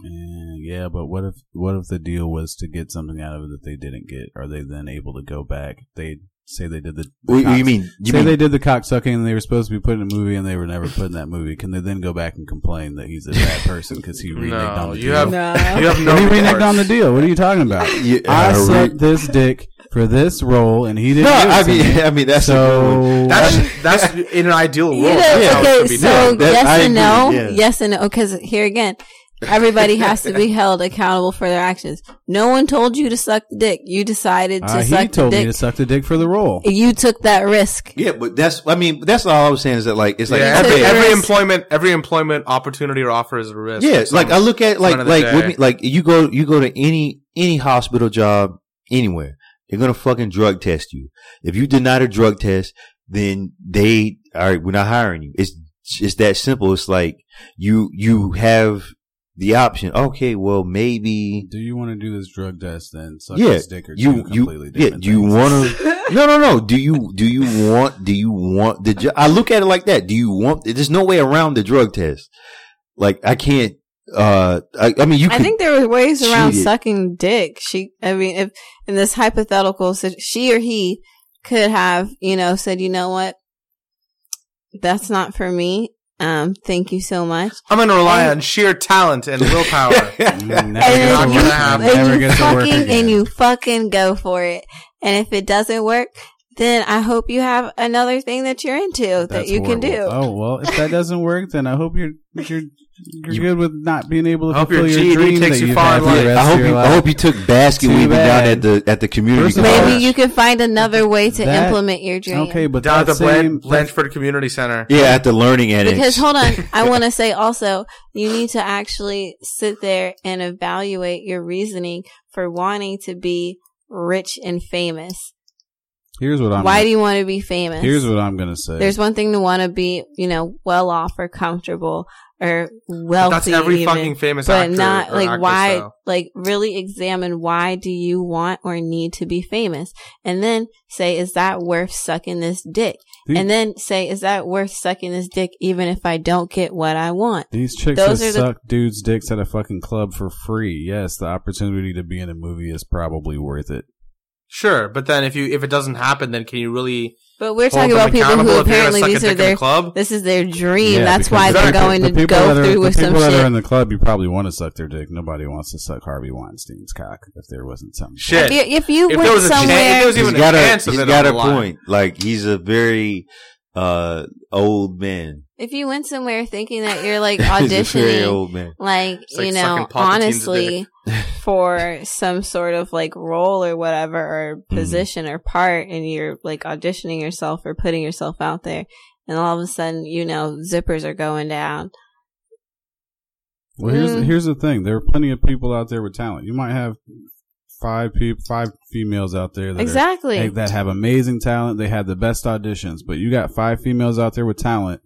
Eh, yeah, but what if what if the deal was to get something out of it that they didn't get? Are they then able to go back? They say they did the. the
What, what you
cock-
mean? You
say
mean
they did the cocksucking and they were supposed to be put in a movie and they were never put in that movie. Can they then go back and complain that he's a bad person because he reneged
No,
on the
you
deal?
have-
no.
You have no
he reneged
remorse.
on the deal. What are you talking about?
you-
I
uh, re-
sucked this dick for this role and he didn't.
No,
give it
I
to
mean,
me.
I mean that's a good one.
so uh,
That's that's in an ideal world.
You know,
that's how it
okay,
should be
so
done.
That-
yes
I
and
agree,
no,
yeah.
yes and no, because here again, everybody has to be held accountable for their actions. No one told you to suck the dick. You decided to
uh, he
suck the
told me to
dick.
suck the dick for the role.
You took that risk.
Yeah, but that's I mean that's all I was saying is that like it's like
yeah,
you
every,
take a
every
risk.
employment every employment opportunity or offer is a risk.
yeah, like I look at like
Front of the
like with
day.
me, like you go you go to any any hospital job anywhere they're gonna fucking drug test you. If you deny the drug test, then they all right we're not hiring you. It's it's that simple. It's like you you have the option. Okay, well maybe
Do you want to do this drug test then? Suck
Yeah,
his dick or
you
do completely
you yeah
different
you
things?
want to no no no do you do you want do you want the ju- I look at it like that do you want there's no way around the drug test like I can't uh I, I mean you
I
could,
think there were ways around
cheated.
sucking dick. She, I mean, if in this hypothetical, si- she or he could have, you know, said, you know what, that's not for me. Um, thank you so much.
I'm gonna rely on sheer talent and willpower.
And
not
then
Never
you,
gonna happen.
and
Never
you
gets to work
fucking
again.
and you fucking go for it. And if it doesn't work, then I hope you have another thing that you're into that
That's
you can do.
horrible. Oh well, if that doesn't work, then I hope you're you're you're good with not being able to
I hope your
fulfill your,
GED
dream
takes
that
you
you've
far
had
in
for the
life.
rest
I
of
hope
your
you,
life.
I hope you took basket
Too
weaving down
bad.
at the at the community
First of
college.
all-
Maybe you can find another way to
Oh, That-
implement your
E
dream.
okay, but
Down at the
that
Blan-
same
Blanchford Community Center.
yeah, at the learning annex.
Because hold on, I want to say also, you need to actually sit there and evaluate your reasoning for wanting to be rich and famous.
here's what I'm
Why do you want to be famous?
here's what I'm gonna say.
There's one thing to want to be, you know, well off or comfortable or
But
wealthy.
that's every
even,
fucking famous
but
actor.
not
or
like
actress,
why.
though.
Like really examine why do you want or need to be famous, and then say is that worth sucking this dick,
Dude.
and then say is that worth sucking this dick even if I don't get what I want.
These chicks
Those
that
are the-
suck dudes' dicks at a fucking club for free. Yes, the opportunity to be in a movie is probably worth it.
Sure, but then if you if it doesn't happen, then can you really
But we're
hold
talking
them
about people
accountable
who
if they're gonna
apparently
suck a
these
dick
are
in the
their
club?
this is their dream.
Yeah,
That's
because
why
the
they're
people-
going
the
to
people
go
that are-
through with
the
some
people that are in
shit.
the club. You probably want to suck their dick. Nobody wants to suck Harvey Weinstein's cock if there wasn't something.
Shit.
If you- If you
If there
went
was a chance- if there
somewhere,
was even
He's got
a
a-
chance of
he's
it
got
on
a
the line.
point. Like he's a very uh old man.
if you went somewhere thinking that you're like
He's a very
auditioning
old man.
like,
like
you know
sucking Palpatine's
honestly for some sort of like role or whatever or position or part and you're like auditioning yourself or putting yourself out there and all of a sudden you know zippers are going down
Well, here's
Mm.
here's the thing. There are plenty of people out there with talent. You might have five people, five females out there that are-
exactly
like, that have amazing talent. They had the best auditions, but you got five females out there with talent.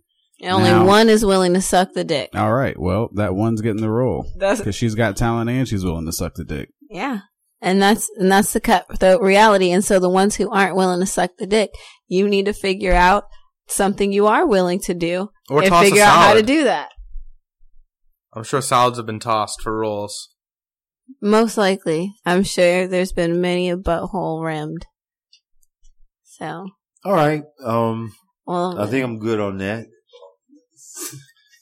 and only
now-
one is willing to suck the dick
All right, well, that one's getting the role
that's
because she's got talent and she's willing to suck the dick.
yeah and that's and that's the cutthroat reality and so the ones who aren't willing to suck the dick you need to figure out something you are willing to do
Or
and
toss a
figure out how to
salad.
do that
I'm sure salads have been tossed for roles.
Most likely. I'm sure there's been many a butthole rimmed. So,
All right. Um
well,
I think I'm good on that.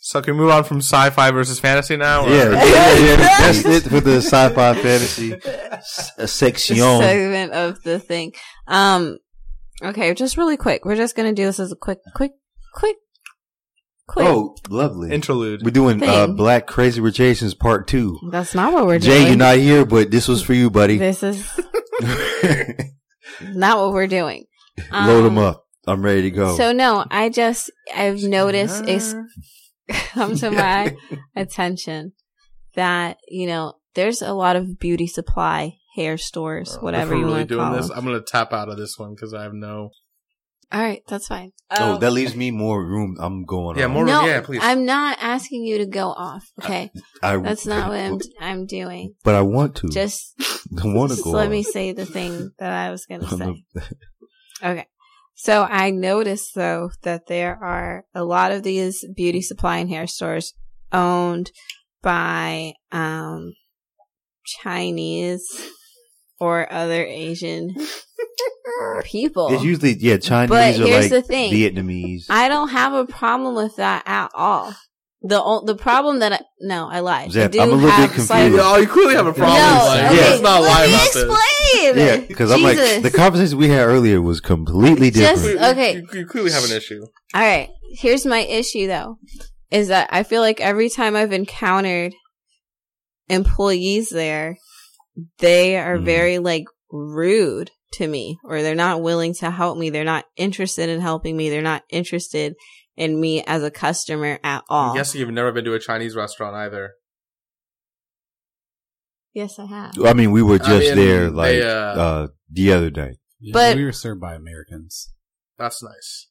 So can we move on from sci-fi versus fantasy now? or-
Yeah, yeah, yeah. That's it for the sci-fi fantasy s- uh, section.
this segment of the thing. Um, okay, just really quick. We're just gonna do this as a quick, quick, quick, quick.
oh, lovely.
Interlude.
We're doing uh,
Thing.
Black Crazy Rich Asians Part Two.
That's not what we're
Jay, you're
doing.
not here, but this was for you, buddy.
this is not what we're doing.
Load them
Um,
up. I'm ready to go.
So no, I just I've noticed it's come to my attention that you know there's a lot of beauty supply hair stores, whatever
if
you
we're really
want to
doing
call
this,
them.
I'm gonna tap out of this one because I have no.
All right, that's fine.
oh,
Um,
that leaves me more room. I'm going.
Yeah,
on.
more-
no,
Oh, yeah, please.
I'm not asking you to go off. Okay,
I,
that's not what I'm I'm doing.
But I want
Mm.
to.
Just,
I want to
just
go.
let
on.
me say the thing that I was gonna
I'm
say.
a-
Okay. So I noticed though that there are a lot of these beauty supply and hair stores owned by um Chinese or other Asian people.
It's usually yeah Chinese
But
or
here's
like
the thing.
Vietnamese.
I don't have a problem with that at all. The o- the problem that I, no, I lied. I
Zep,
do
I'm a little bit
have
confused.
slight-
Yeah.
Oh, you clearly have a problem.
No,
Like,
okay,
Let's not
let
lie
me
about this.
explain.
yeah, because I'm like
Jesus.
the conversation we had earlier was completely
Just-
different.
We- we-
Okay.
You, you clearly have an issue.
All right. Here's my issue though, is that I feel like every time I've encountered employees there, they are
Mhm.
very like rude to me or they're not willing to help me. They're not interested in helping me. They're not interested in me as a customer at all.
I'm guessing you've never been to a Chinese restaurant either.
Yes, I have.
I mean, we were
I
just
mean,
there
they,
like
uh,
uh, the other day.
Yeah,
But-
we were served by Americans.
That's nice.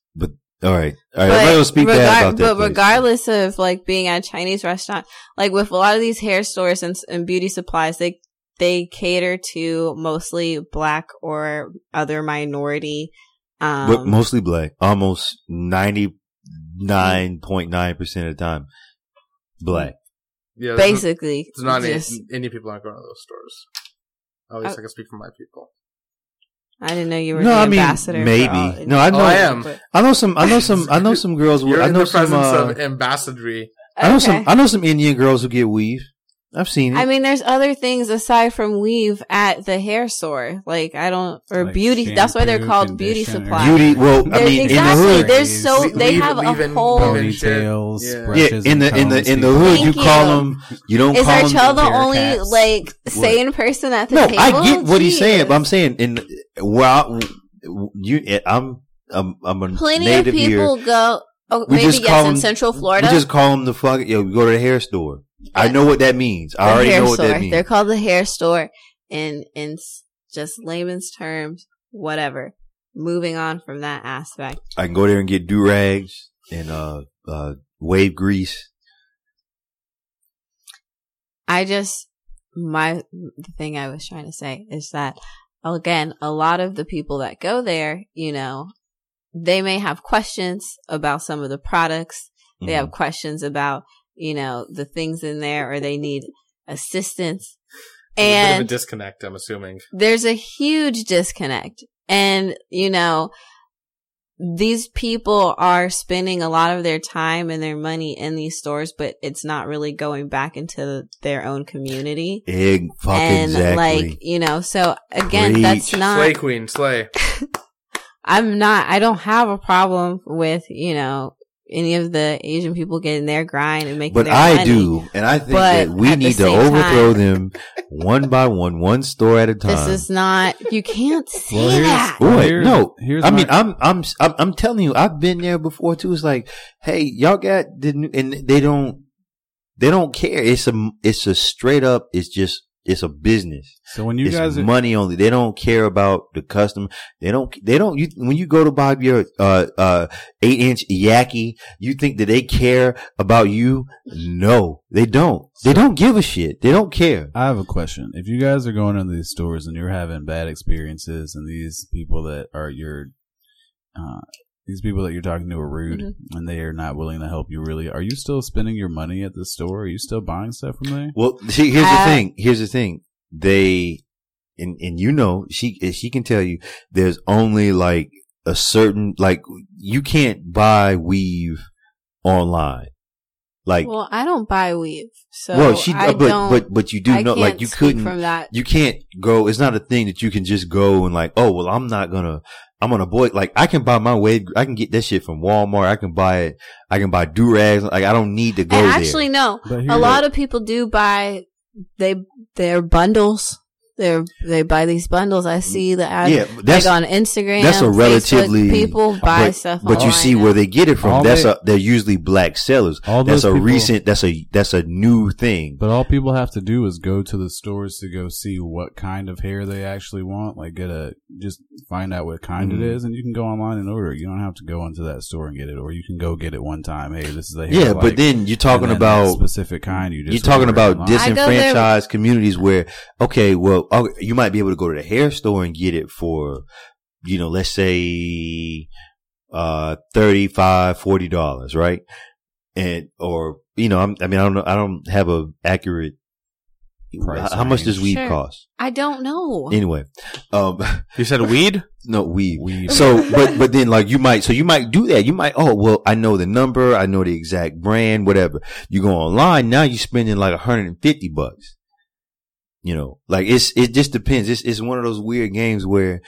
All right, all right. I'm not gonna speak
regar-
bad about that.
but
place.
regardless of like being at a Chinese restaurant, like with a lot of these hair stores and, and beauty supplies, they they cater to mostly black or other minority. Um,
but mostly black. Almost ninety nine point nine percent of the time, black.
Yeah. there's-
basically,
There's not
just-
Uh, any Indian people aren't going to those stores. At least I can speak for my people.
I didn't know you were
No,
the
I mean,
ambassador. for
maybe.
all-
No, I know-
Oh, I am.
but-
I know some. I know some. I know some girls.
You're
I
in
know
the
some.
presence
Uh,
of ambassadry.
I know some.
Okay.
I know some Indian girls who get weave. I've seen it.
I mean, there's other things aside from weave at the hair store. Like I don't, or
Like
beauty. That's why they're
shampoo,
called beauty
conditioner.
supply.
Beauty. Well, I
There-
mean,
exactly.
in the hood,
There's so
Leave-
they
leave-
have
leave
a
in-
whole.
leave
ponytails,
Yeah.
brushes,
yeah, in the
and
in the in the
combs,
hood,
Thank
you
you.
call them. You don't
Is
call them.
Archel the
bear
only
cats.
like
What?
sane person at the
no,
table?
I get what he's saying,
Jeez.
but I'm saying in where I, you, I'm I'm I'm a
plenty of
native
people
here.
go. Oh,
We
maybe
just
yes,
call
in
them-
Central
We
Florida.
just call them the fuck. Yo, we go to the hair store. I
Yeah.
know what that means. I
The
already
hair
know what
store.
that means.
They're called the hair store in in s- just layman's terms, whatever. Moving on from that aspect.
I can go there and get do rags and uh, uh, wave grease.
I just my the thing I was trying to say is that again, a lot of the people that go there, you know, they may have questions about some of the products they
Mm.
have questions about you know the things in there or they need assistance
There's a bit of a
and
disconnect, I'm assuming.
there's a huge disconnect and you know these people are spending a lot of their time and their money in these stores but it's not really going back into their own community
Egg fucking
and
exactly.
like you know so again that's
Preach.
not
Slay Queen, Slay.
I'm not, I don't have a problem with, you know, any of the Asian people getting their grind and making
but
their
I
money.
do, and I think
But
that we
at the
need to
same
overthrow
time-
them one by one, one store at a time.
This is not, you can't say
Well, here's-
that.
Boy,
Here's-
no.
here's
I mean,
my-
I'm, I'm, I'm, I'm telling you, I've been there before too. It's like, hey, y'all got the, new- and they don't, they don't care. It's a, it's a straight up. It's just, it's a business.
So when you
it's
guys are,
money only. They don't care about the customer. They don't. They don't. You, when you go to buy your uh uh eight inch yaki, you think that they care about you? No, they don't. They don't give a shit. They don't care.
I have a question. If you guys are going into these stores and you're having bad experiences, and these people that are your, uh, these people that you're talking to are rude,
Mm-hmm.
and they are not willing to help you, really, are you still spending your money at the store? Are you still buying stuff from there?
Well, see, here's
Uh,
the thing. Here's the thing. They and and you know she she can tell you. There's only like a certain like you can't buy weave online. Like well,
well, I don't buy weave. So,
she
I
but
don't,
but but you do
I
know like
can't
you
speak
couldn't
from that.
you can't go. It's not a thing that you can just go and like, oh well, I'm not gonna, I'm gonna boy. Like I can buy my wave. I can get that shit from Walmart. I can buy it. I can buy do rags. Like I don't need to go
And
there.
actually, no,
But
a lot of people do buy, they, their bundles. They're, they buy these bundles. I see the ads.
yeah, that's
like on Instagram,
that's a
Facebook,
relatively-
people buy
but,
stuff.
but you
online
see
now.
where they get it
All
from. That's
they-
a they're usually black sellers.
all
That's
those
a
people-
recent. That's a that's a new thing.
But all people have to do is go to the stores to go see what kind of hair they actually want. Like, get a just find out what kind it
Mhm.
is, and you can go online and order. it. You don't have to go into that store and get it, or you can go get it one time. Hey, this is the hair. I
yeah,
like,
but then you're
and
talking
then that
about
specific kind. You just
You're talking
order it
about
online.
dis- I go there-
disenfranchised communities where, okay, well, oh, you might be able to go to the hair store and get it for, you know, let's say, uh, 35 $40, right? And, or, you know, I'm, I mean, I don't know, I don't have a accurate,
Price
how, how much does
range.
weave
Sure.
cost?
I don't know.
Anyway, um,
You said weed?
no, weave.
Weave.
So, but, but then like you might, so you might do that. You might, oh, well, I know the number. I know the exact brand, whatever. You go online. Now you're spending like 150 bucks. You know, like it's, it just depends. It's, it's one of those weird games where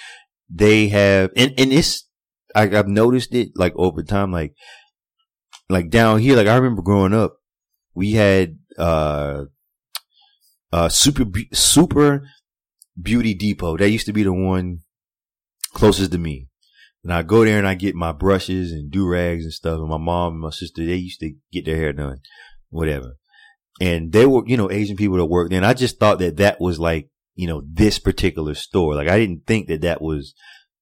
they have, and, and it's, I, I've noticed it like over time, like, like down here, like I remember growing up, we had, uh, uh, super, Be- super beauty depot. That used to be the one closest to me. And I go there and I get my brushes and do rags and stuff. And my mom and my sister, they used to get their hair done, whatever. And they were, you know, Asian people that worked there. And I just thought that that was like, you know, this particular store. Like I didn't think that that was,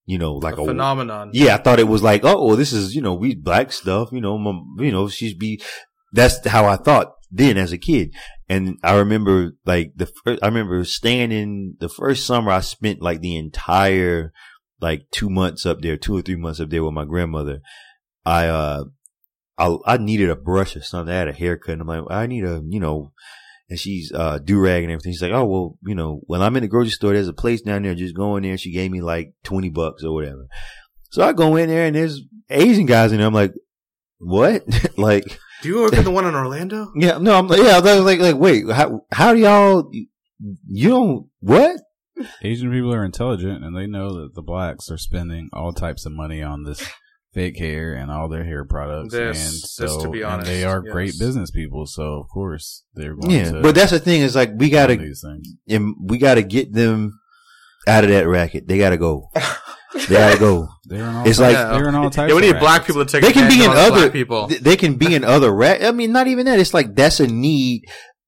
you know, like a,
phenomenon.
yeah, I thought it was like, oh, well, this is you know, we black stuff, you know, mom, you know, she's be. That's how I thought then as a kid, and I remember like the first. I remember staying in the first summer. I spent like the entire like two months up there, two or three months up there with my grandmother. I uh, I I needed a brush or something. I had a haircut, and I'm like, I need a you know. and she's uh do rag and everything. She's like, oh well, you know, when I'm in the grocery store, there's a place down there. Just go in there. She gave me like twenty bucks or whatever. So I go in there and there's Asian guys in there. I'm like, what? like,
Do you work at the one in Orlando?
yeah, no, I'm like, yeah, I was like, like, wait, how how do y'all? You don't what?
Asian people are intelligent and they know that the blacks are spending all types of money on this fake hair and all their hair products.
This-
and
this,
so,
to be
and they
honest,
are great
yes.
business people, so of course they're going
Yeah,
to.
but that's the thing is like we
do
gotta
these things.
and we gotta get them out of that racket. They gotta go. They gotta go.
They're in all
It's
it's
like-
like they're in all
Yeah,
types.
we
of
need
rackets.
black people to take.
They can be
advantage
in
of all the
other-
black people.
Th- They can be in other rack. I mean, not even that. It's like that's a need.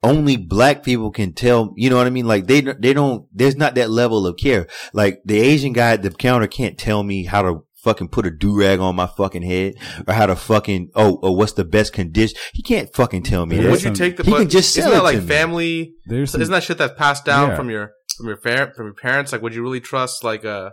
Only black people can tell. You know what I mean? Like they they don't. There's not that level of care. Like the Asian guy at the counter can't tell me how to fucking put a do rag on my fucking head or how to fucking oh or what's the best condition. He can't fucking tell me
Would
that.
Would you take the?
He
but
can just
isn't
sell
that
it to
like
me.
family?
There's
So
some-
isn't that shit that's passed down
Yeah.
from your from your far, from your parents? Like, would you really trust like a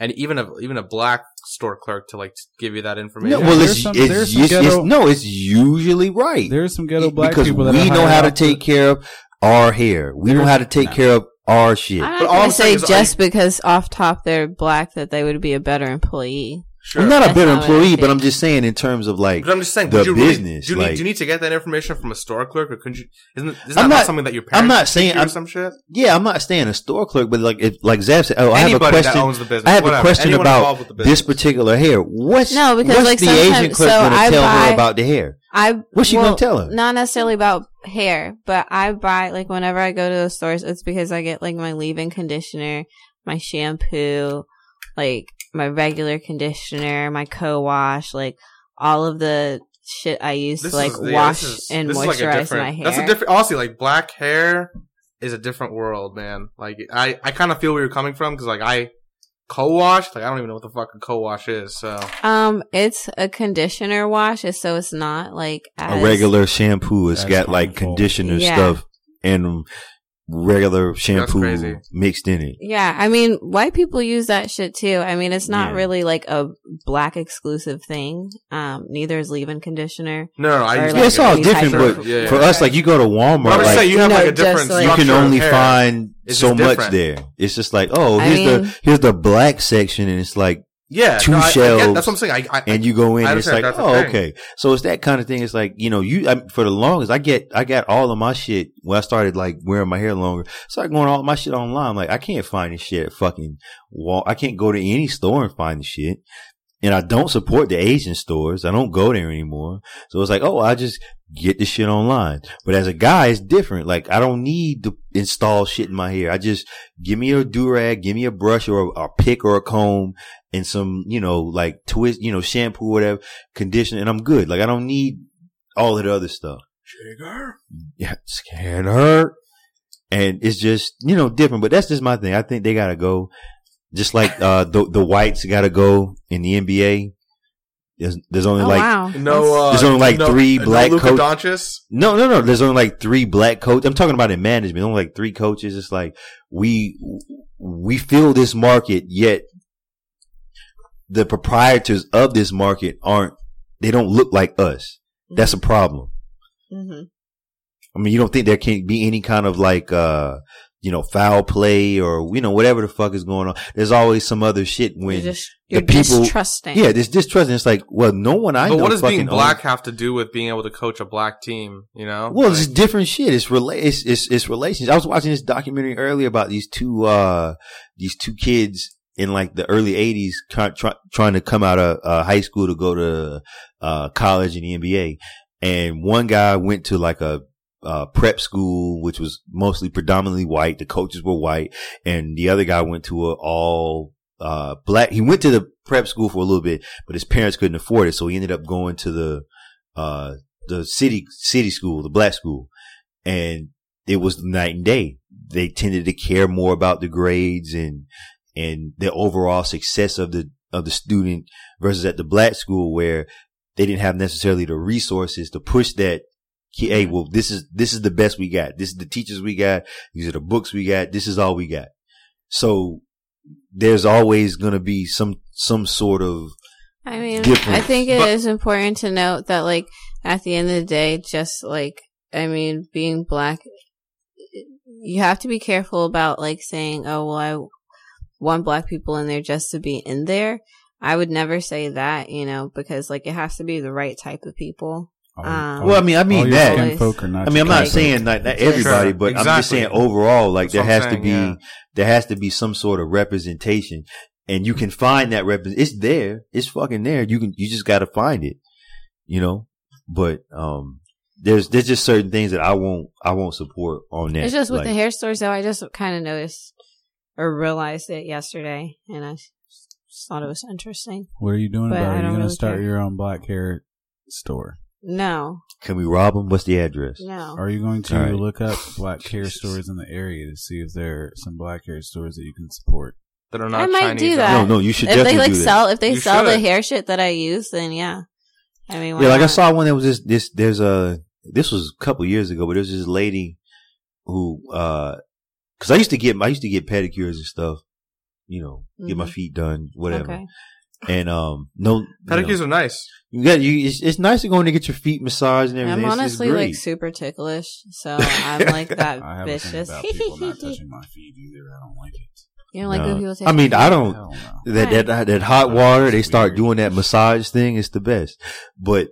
and even a even a black store clerk to like give you that
No,
information?
well,
There's
it's,
some-
it's,
there's
it's,
some ghetto-
it's- no, it's usually right.
there's some ghetto black
because
people that
we
are
know how
higher
to
up
take care of our hair. We know
There's-
how to take
no.
care of our shit.
I'm
But
not
all I'm
gonna
saying
say
is,
just because off top they're black that they would be a better employee.
sure.
I'm not a
That's
better
not what I
employee, but
think.
I'm just saying in terms of like,
but I'm just saying,
the
would you really,
business,
do, you need,
like-
do you need to get that information from a store clerk, or could you? Isn't, isn't that
I'm
not
not-
something that your parents?
I'm not
teach
saying
you or
I'm,
some shit.
yeah, I'm not saying a store clerk, but like, if, like Zab said, oh, I have a
Anybody that
question.
owns the business,
I have
whatever.
a question
Anyone involved
about
with the
this
business.
particular hair. What's
No, because,
what's
like,
the Asian
sometimes-
clerk
so
going to
I
tell
buy-
her about the hair?
I
What's she
well,
gonna tell her?
Not necessarily about hair, but I buy like whenever I go to the stores, it's because I get like my leave-in conditioner, my shampoo, like my regular conditioner, my co-wash, like all of the shit I use to like
is- yeah,
wash
this is-
and
this is, like, a
moisturize
different-
my hair.
That's a different. Honestly, like black hair is a different world, man. Like I, I kind of feel where you're coming from because like I co-wash. Like I don't even know what the fuck a co-wash is. So
Um, it's a conditioner wash, so it's not like as,
A regular shampoo. It's
That's
got like
harmful.
conditioner
Yeah.
stuff and regular
crazy.
shampoo mixed in it.
Yeah, I mean, white people use that shit too. I mean, it's not
Yeah.
really like a black exclusive thing. Um, neither is leave-in conditioner.
no, no I
Or,
use
Yeah, it's all
any type
different,
of-
but
Yeah,
For us, like you go to Walmart,
But I'm just
like,
saying you have
No,
like a
just
different.
like-
you can
structure of
only
hair.
find
It's
so
just
much
different.
there. It's just like, oh,
I
here's
mean-
the here's the black section, and it's like,
yeah
two
no, I- I get-
shelves
that's what I'm saying. I, I,
and you go in,
I
and it's
understand
like,
that's the
oh,
thing.
okay. So it's that kind of thing. It's like, you know, you I, for the longest, I get, I got all of my shit when I started like wearing my hair longer. Started going all my shit online. I'm like, I can't find this shit at fucking wall. I can't go to any store and find this shit. And I don't support the Asian stores. I don't go there anymore. So it's like, oh, I just get this shit online. But as a guy, it's different. Like, I don't need to install shit in my hair. I just give me a durag, give me a brush or a, a pick or a comb and some, you know, like twist, you know, shampoo, whatever, conditioner, and I'm good. Like, I don't need all of the other stuff. Yeah, scan her. And it's just, you know, different, but that's just my thing. I think they gotta go. Just like, uh, the, the whites gotta go in the NBA. There's, there's only
Oh
like,
wow,
no, uh,
There's only, like,
no-
three
no
black
Luka
coach-
Doncic.
no, no, no. There's only like three black coaches. I'm talking about in management. Only like three coaches. It's like we we fill this market, yet the proprietors of this market aren't. They don't look like us. That's a
Mm-hmm.
problem.
hmm
I mean, you don't think there can be any kind of like, uh, you know, foul play or you know whatever the fuck is going on. There's always some other shit
you're
when.
just you're
people-
distrusting.
yeah, there's distrust. And it's like, well, no one I
But
know.
what does being
fucking owns-
black have to do with being able to coach a black team? You know,
Well,
Like-
it's different shit. It's rela- it's, it's it's relations. I was watching this documentary earlier about these two uh these two kids in like the early '80s try, try, trying to come out of uh, high school to go to uh college and the NBA, and one guy went to like a uh, prep school, which was mostly predominantly white. The coaches were white, and the other guy went to a all uh black. He went to the prep school for a little bit, but his parents couldn't afford it, so he ended up going to the uh the city city school, the black school, and it was night and day. They tended to care more about the grades and and the overall success of the of the student versus at the black school where they didn't have necessarily the resources to push that. ki- Hey, well, this is this is the best we got. This is the teachers we got. These are the books we got. This is all we got. So there's always going to be some some sort of
I mean,
Different.
I think it is
But-
important to note that, like, at the end of the day, just like, I mean, being black you have to be careful about like saying, "Oh, well, I want black people in there just to be in there." I would never say that, you know, because like it has to be the right type of people.
All-
Um,
all-
Well, I mean, I
all
mean
your
that.
fucking folk are not
I mean, I'm
your
not
kind.
saying not, not everybody,
Sure,
but I'm just
exactly.
saying overall, like
That's
there
what I'm
has to
saying,
be
yeah.
there has to be some sort of representation, and you can find that rep. It's there. It's fucking there. You can. You just got to find it. You know. But um, there's there's just certain things that I won't I won't support on that.
It's just with
Like,
the hair stores, though. I just kind of noticed or realized it yesterday, and I just thought it was interesting.
What are you doing
But
about
I
it? You're
don't
going to
really
start
care.
your own black hair store.
No,
Can we rob them? What's the address?
no.
Are you going to
All right.
look up black hair stores in the area to see if there are some black hair stores that you can support?
That are not
I might
Chinese
do
or-
that.
No, no, you should
If
definitely
they like
do that.
sell, if they
You
sell the
should.
hair shit that I use, then yeah. I mean, why
Yeah, like I
not?
saw one that was this. This there's a this was a couple years ago, but there was this lady who, because I used to get I used to get pedicures and stuff, you know, get my
Mhm.
feet done, whatever.
Okay.
And um, no
Pedicures
You, know,
are nice.
you got you. It's, it's nice to go in and get your feet massaged and everything.
I'm
It's- it's
honestly
great.
like super ticklish, so I'm like that
I have
vicious.
a thing about people not touching my feet either. I don't like it.
you don't like
No.
when people touch
I mean,
your
I
Oh.
feet?
don't
Hell no.
that
Right.
that that hot
That's
water. They start
weird.
doing that massage thing. It's the best. But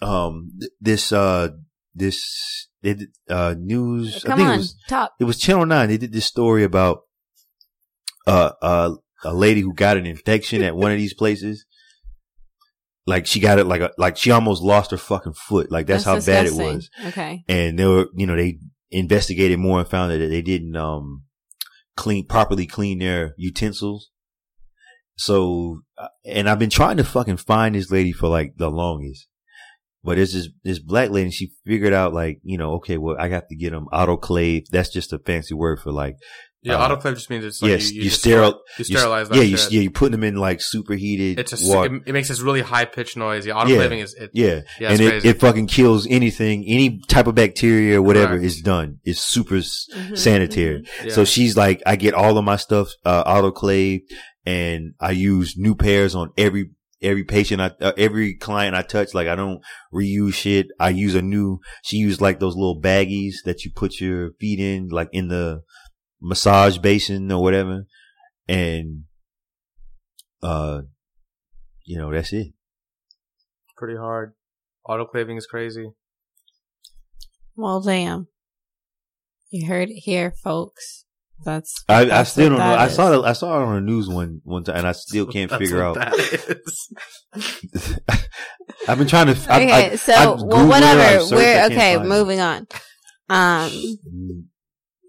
um, th- this uh, this they did, uh news. I
Come
think it
on,
was
top.
it was Channel Nine. They did this story about uh, uh, a lady who got an infection at one of these places. Like she got it, like a, like she almost lost her fucking foot. Like that's, how bad it
disgusting.
was.
Okay.
And they were, you know, they investigated more and found that they didn't um clean properly clean their utensils. So, uh, and I've been trying to fucking find this lady for like the longest. But it's this this black lady. and She figured out like you know okay well I have to get them autoclave. That's just a fancy word for like
Yeah,
Uh,
autoclave just means it's like
yes
you,
you,
you, just
sterile
you
you s-
sterilize that
yeah you,
shit.
yeah you put them in like superheated
it's just
water
it, it makes this really high pitched noise. Yeah, autoclaving is it,
yeah
yeah, it's
and it,
crazy.
it fucking kills anything any type of bacteria or whatever
Correct.
is done it's super s-
Mhm,
sanitary.
mhm.
yeah.
So she's like, I get all of my stuff uh, autoclaved, and I use new pairs on every every patient, I, uh, every client I touch. Like I don't reuse shit. I use a new. She used like those little baggies that you put your feet in, like in the massage basin or whatever, and uh, you know that's it.
pretty hard. Autoclaving is crazy.
Mm-hmm. Well, damn. You heard it here, folks. That's.
I, I
That's
still don't
what
know.
that
I saw
is.
the, I saw it on the news one one time, and I still can't
That's
figure
what
out.
that is.
I've been trying to. f- I- I-
Okay, so
I Googled
well,
it, I
whatever.
searched, I
We're
can't
okay.
find it.
Moving on. Um.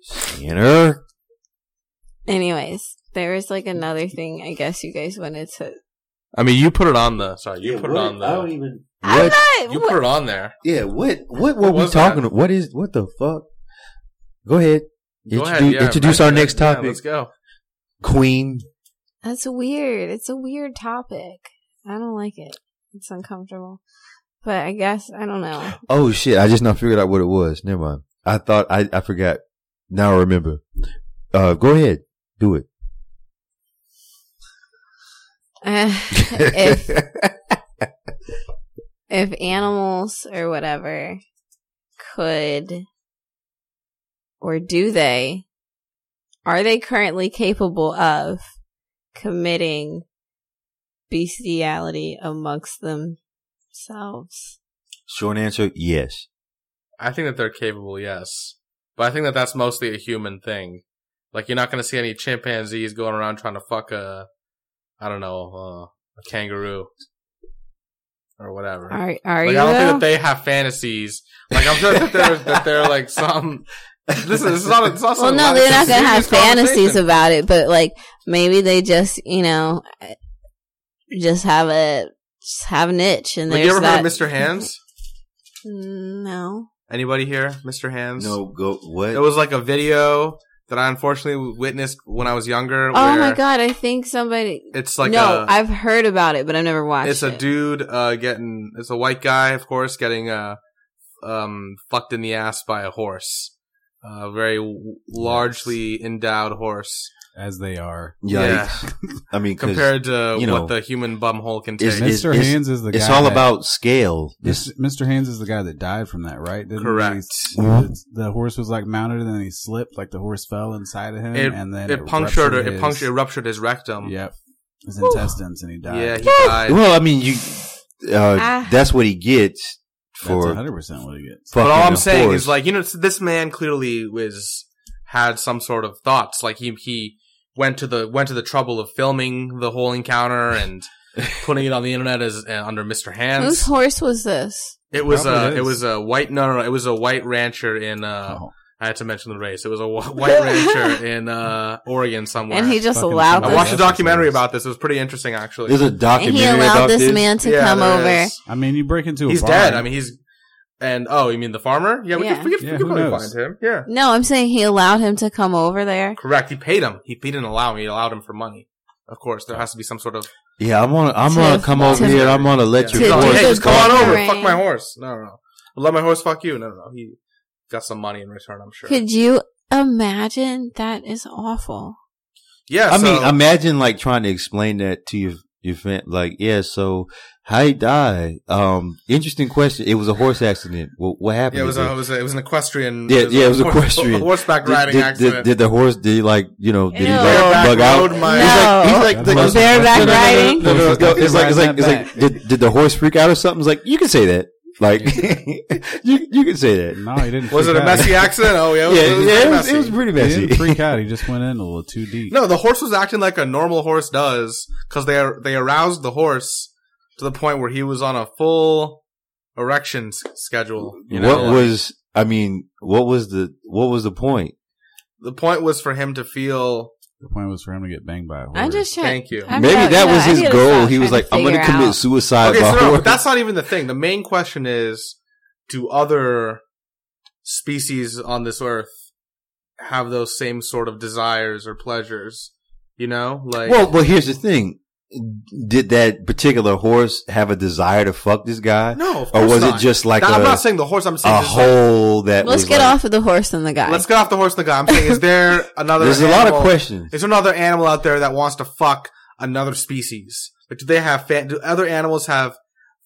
Skinner.
Anyways, there was like another thing. I guess you guys wanted to.
I mean, you put it on the. Sorry, you put it on the.
I don't even.
I'm
What?
not.
you
what-
put it on there.
Yeah. What? What were
What
we
was
talking?
that?
about? What is? What the fuck? Go ahead.
Go
introduce
ahead. Yeah,
introduce
right,
our
yeah,
next
yeah,
topic.
let's go.
Queen.
That's weird. It's a weird topic. I don't like it. It's uncomfortable. But I guess I don't know.
Oh shit! I just now figured out what it was. Never mind. I thought I I forgot. Now I remember. Uh, go ahead. Do it.
if if animals or whatever could or do they are they currently capable of committing bestiality amongst themselves?
Short answer: Yes.
I think that they're capable, yes, but I think that that's mostly a human thing. Like you're not going to see any chimpanzees going around trying to fuck a, I don't know, uh, a kangaroo or whatever.
Are are
like
you
I don't think
though?
that they have fantasies. Like I'm sure that there that there are like some. This is, this is not. It's not
well,
some-
no,
this
they're not
is
gonna have
serious
fantasies
conversation.
about it, but like maybe they just, you know, just have a just have an itch, and
Like,
there's
you ever
that.
heard of Mr. Hands?
Mm, No,
Anybody here, Mr. Hands?
No. Go. What?
It was like a video that I unfortunately witnessed when I was younger.
oh my
where
god, I think somebody.
It's like
no,
a.
i I've heard about it, but I've never watched.
it's a
it.
dude uh, getting it's a white guy of course getting uh um fucked in the ass by a horse a very w- largely endowed horse
as they are.
Yeah.
Yikes. I mean, 'cause
compared to
you know,
what the human bumhole can
is-
take.
is-
Mr.
it's-
Hands is the guy.
it's all
that-
about scale. This,
Mis- Mr. Hands is the guy that died from that, right? Didn't he-
Correct. Mm-hmm.
the, the horse was like mounted, and then he slipped. Like the horse fell inside of him,
It,
and then
it, punctured.
ruptured
It
his-
punctured. It ruptured his rectum.
Yep, his intestines, and he died.
Yeah, he died.
well, I mean, you. Uh,
Ah.
That's what he gets
that's
for.
one hundred percent what he gets.
fucking
But all I'm
a
saying
horse.
is, like, you know, this man clearly was had some sort of thoughts. Like he he went to the went to the trouble of filming the whole encounter and putting it on the internet as uh, under Mr.
Whose
Hands.
horse was this?
It was a
Probably
it
is.
was a white no, no no, it was a white rancher in uh
Oh,
I had to mention the race. It was a wh- white rancher in uh Oregon somewhere.
And he just
Fucking
allowed
somebody
I
this,
watched a
else is
documentary
race.
about this. It was pretty interesting actually.
There's a
and he
documentary
allowed
about
this,
this.
man to
Yeah,
come
there
over.
is.
I mean, you break into a
He's
barn.
dead. I mean, he's and oh, you mean the farmer? Yeah, we
Yeah.
could, we could,
Yeah,
we
who
could probably
knows?
find him. Yeah,
No, I'm saying he allowed him to come over there.
correct. He paid him. He, he didn't allow him. He allowed him for money. Of course, there has to be some sort of.
Yeah, I'm gonna I'm
To-
gonna come over
to-
here. I'm gonna let
To-
your
Yeah. He's like,
horse.
hey,
to
just come on
go
over.
around.
Fuck my horse. No, no, no. Let my horse fuck you. No, no, no. He got some money in return. I'm sure.
Could you imagine? That is awful.
yeah.
I mean,
so-
imagine like trying to explain that to your your fan. Like, yeah, so how he died? Um, interesting question. It was a horse accident. What, what happened?
Yeah, it was a,
to
it was a, it was an equestrian.
Yeah, yeah, it was equestrian.
horseback
him?
riding
did, did,
accident.
did, did the horse? Did he like you know? Did he
Ew.
like
Bareback
bug out?
rode my-
No.
He's like, he's like,
That's-
no, no,
Bareback
no, no, no,
riding?
No, no, no, no,
He's
it's like, it's like,
riding
it's
that
like, did, did the horse freak out or something? It's like, you can say that. Like, you you can say that.
No, he didn't.
was it
freak
a
out.
messy accident? Oh yeah, it
Yeah, yeah,
was, it was
it
very
was,
messy.
it was pretty
He
messy.
didn't freak out. He just went in a little too deep.
No, the horse was acting like a normal horse does because they ar- they aroused the horse to the point where he was on a full erection s- schedule. You know,
what was I mean? What was the what was the point?
the point was for him to feel.
The point was for him to get banged by a horse.
I'm just trying.
Thank you.
I'm
Maybe
not-
that
no,
was
I need
his
to
goal.
stop
He was
trying
like,
to
"I'm going to
figure
commit
out."
suicide."
Okay,
by
so no,
horse.
but that's not even the thing. The main question is: Do other species on this earth have those same sort of desires or pleasures? You know, like
well, well, here's the thing: Did that particular horse have a desire to fuck this guy,
no, of
or
course
was
not.
it just like
Now, I'm not
a,
saying the horse. I'm saying
a
just like-
hole that?
Let's
was
get
like-
off of the horse and the guy.
Let's get off the horse. and The guy. I'm saying, is there another?
There's a lot of
animal-
questions.
Is there another animal out there that wants to fuck another species? Like, do they have fan- do other animals have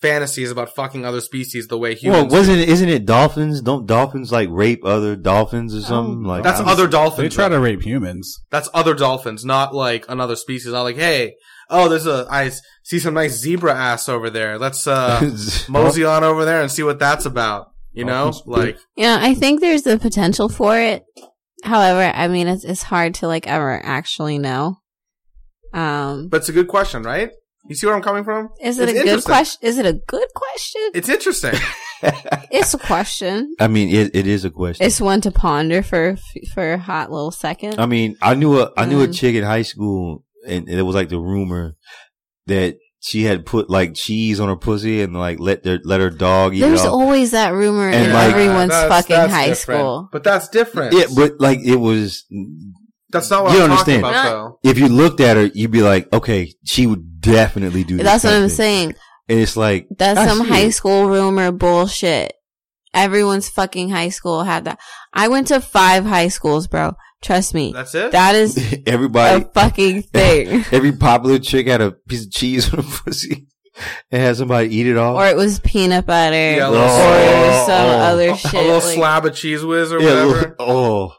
fantasies about fucking other species the way
Well,
humans?
wasn't it, isn't it dolphins? Don't dolphins like rape other dolphins or something?
Oh,
like
That's
I'm-
other
They
dolphins.
try
though.
to rape humans.
That's other dolphins, not like another species. Not like, hey, oh, there's a I s- see some nice zebra ass over there. Let's uh mosey on over there and see what that's about. You know,
Dolphins do.
like
Yeah, I think there's the potential for it. However, I mean, it's, it's hard to like ever actually know. Um,
but it's a good question, right? You see where I'm coming from?
is it
it's
a good
interesting.
question? Is it a good question?
It's interesting.
It's a question.
I mean, it, it is a question.
It's one to ponder for for a hot little second.
I mean, I knew a I knew a
Mm.
chick in high school, and it was like the rumor that she had put like cheese on her pussy and like let their let her dog eat
There's
it. off.
always that rumor
And,
in
like-
everyone's
That's-
fucking
that's
high
different.
school.
But that's different.
yeah, but like it was.
that's not what
You
I'm
understand.
talking
Not-
about, though.
If you looked at her, you'd be like, okay, she would definitely do. This
That's what
kind of
I'm
thing.
saying.
And it's like "Ah,
That's
I
some
see
high
it.
school rumor bullshit. Everyone's fucking high school had that. I went to five high schools, bro. Trust me.
That's it.
That is
everybody,
a fucking thing.
every popular chick had a piece of cheese on her pussy and had somebody eat it off.
or it was peanut butter.
Yeah, a
or
little
it was
Oh,
some
oh,
other
a
shit.
little
like-
slab of cheese whiz or
Yeah,
whatever.
look- oh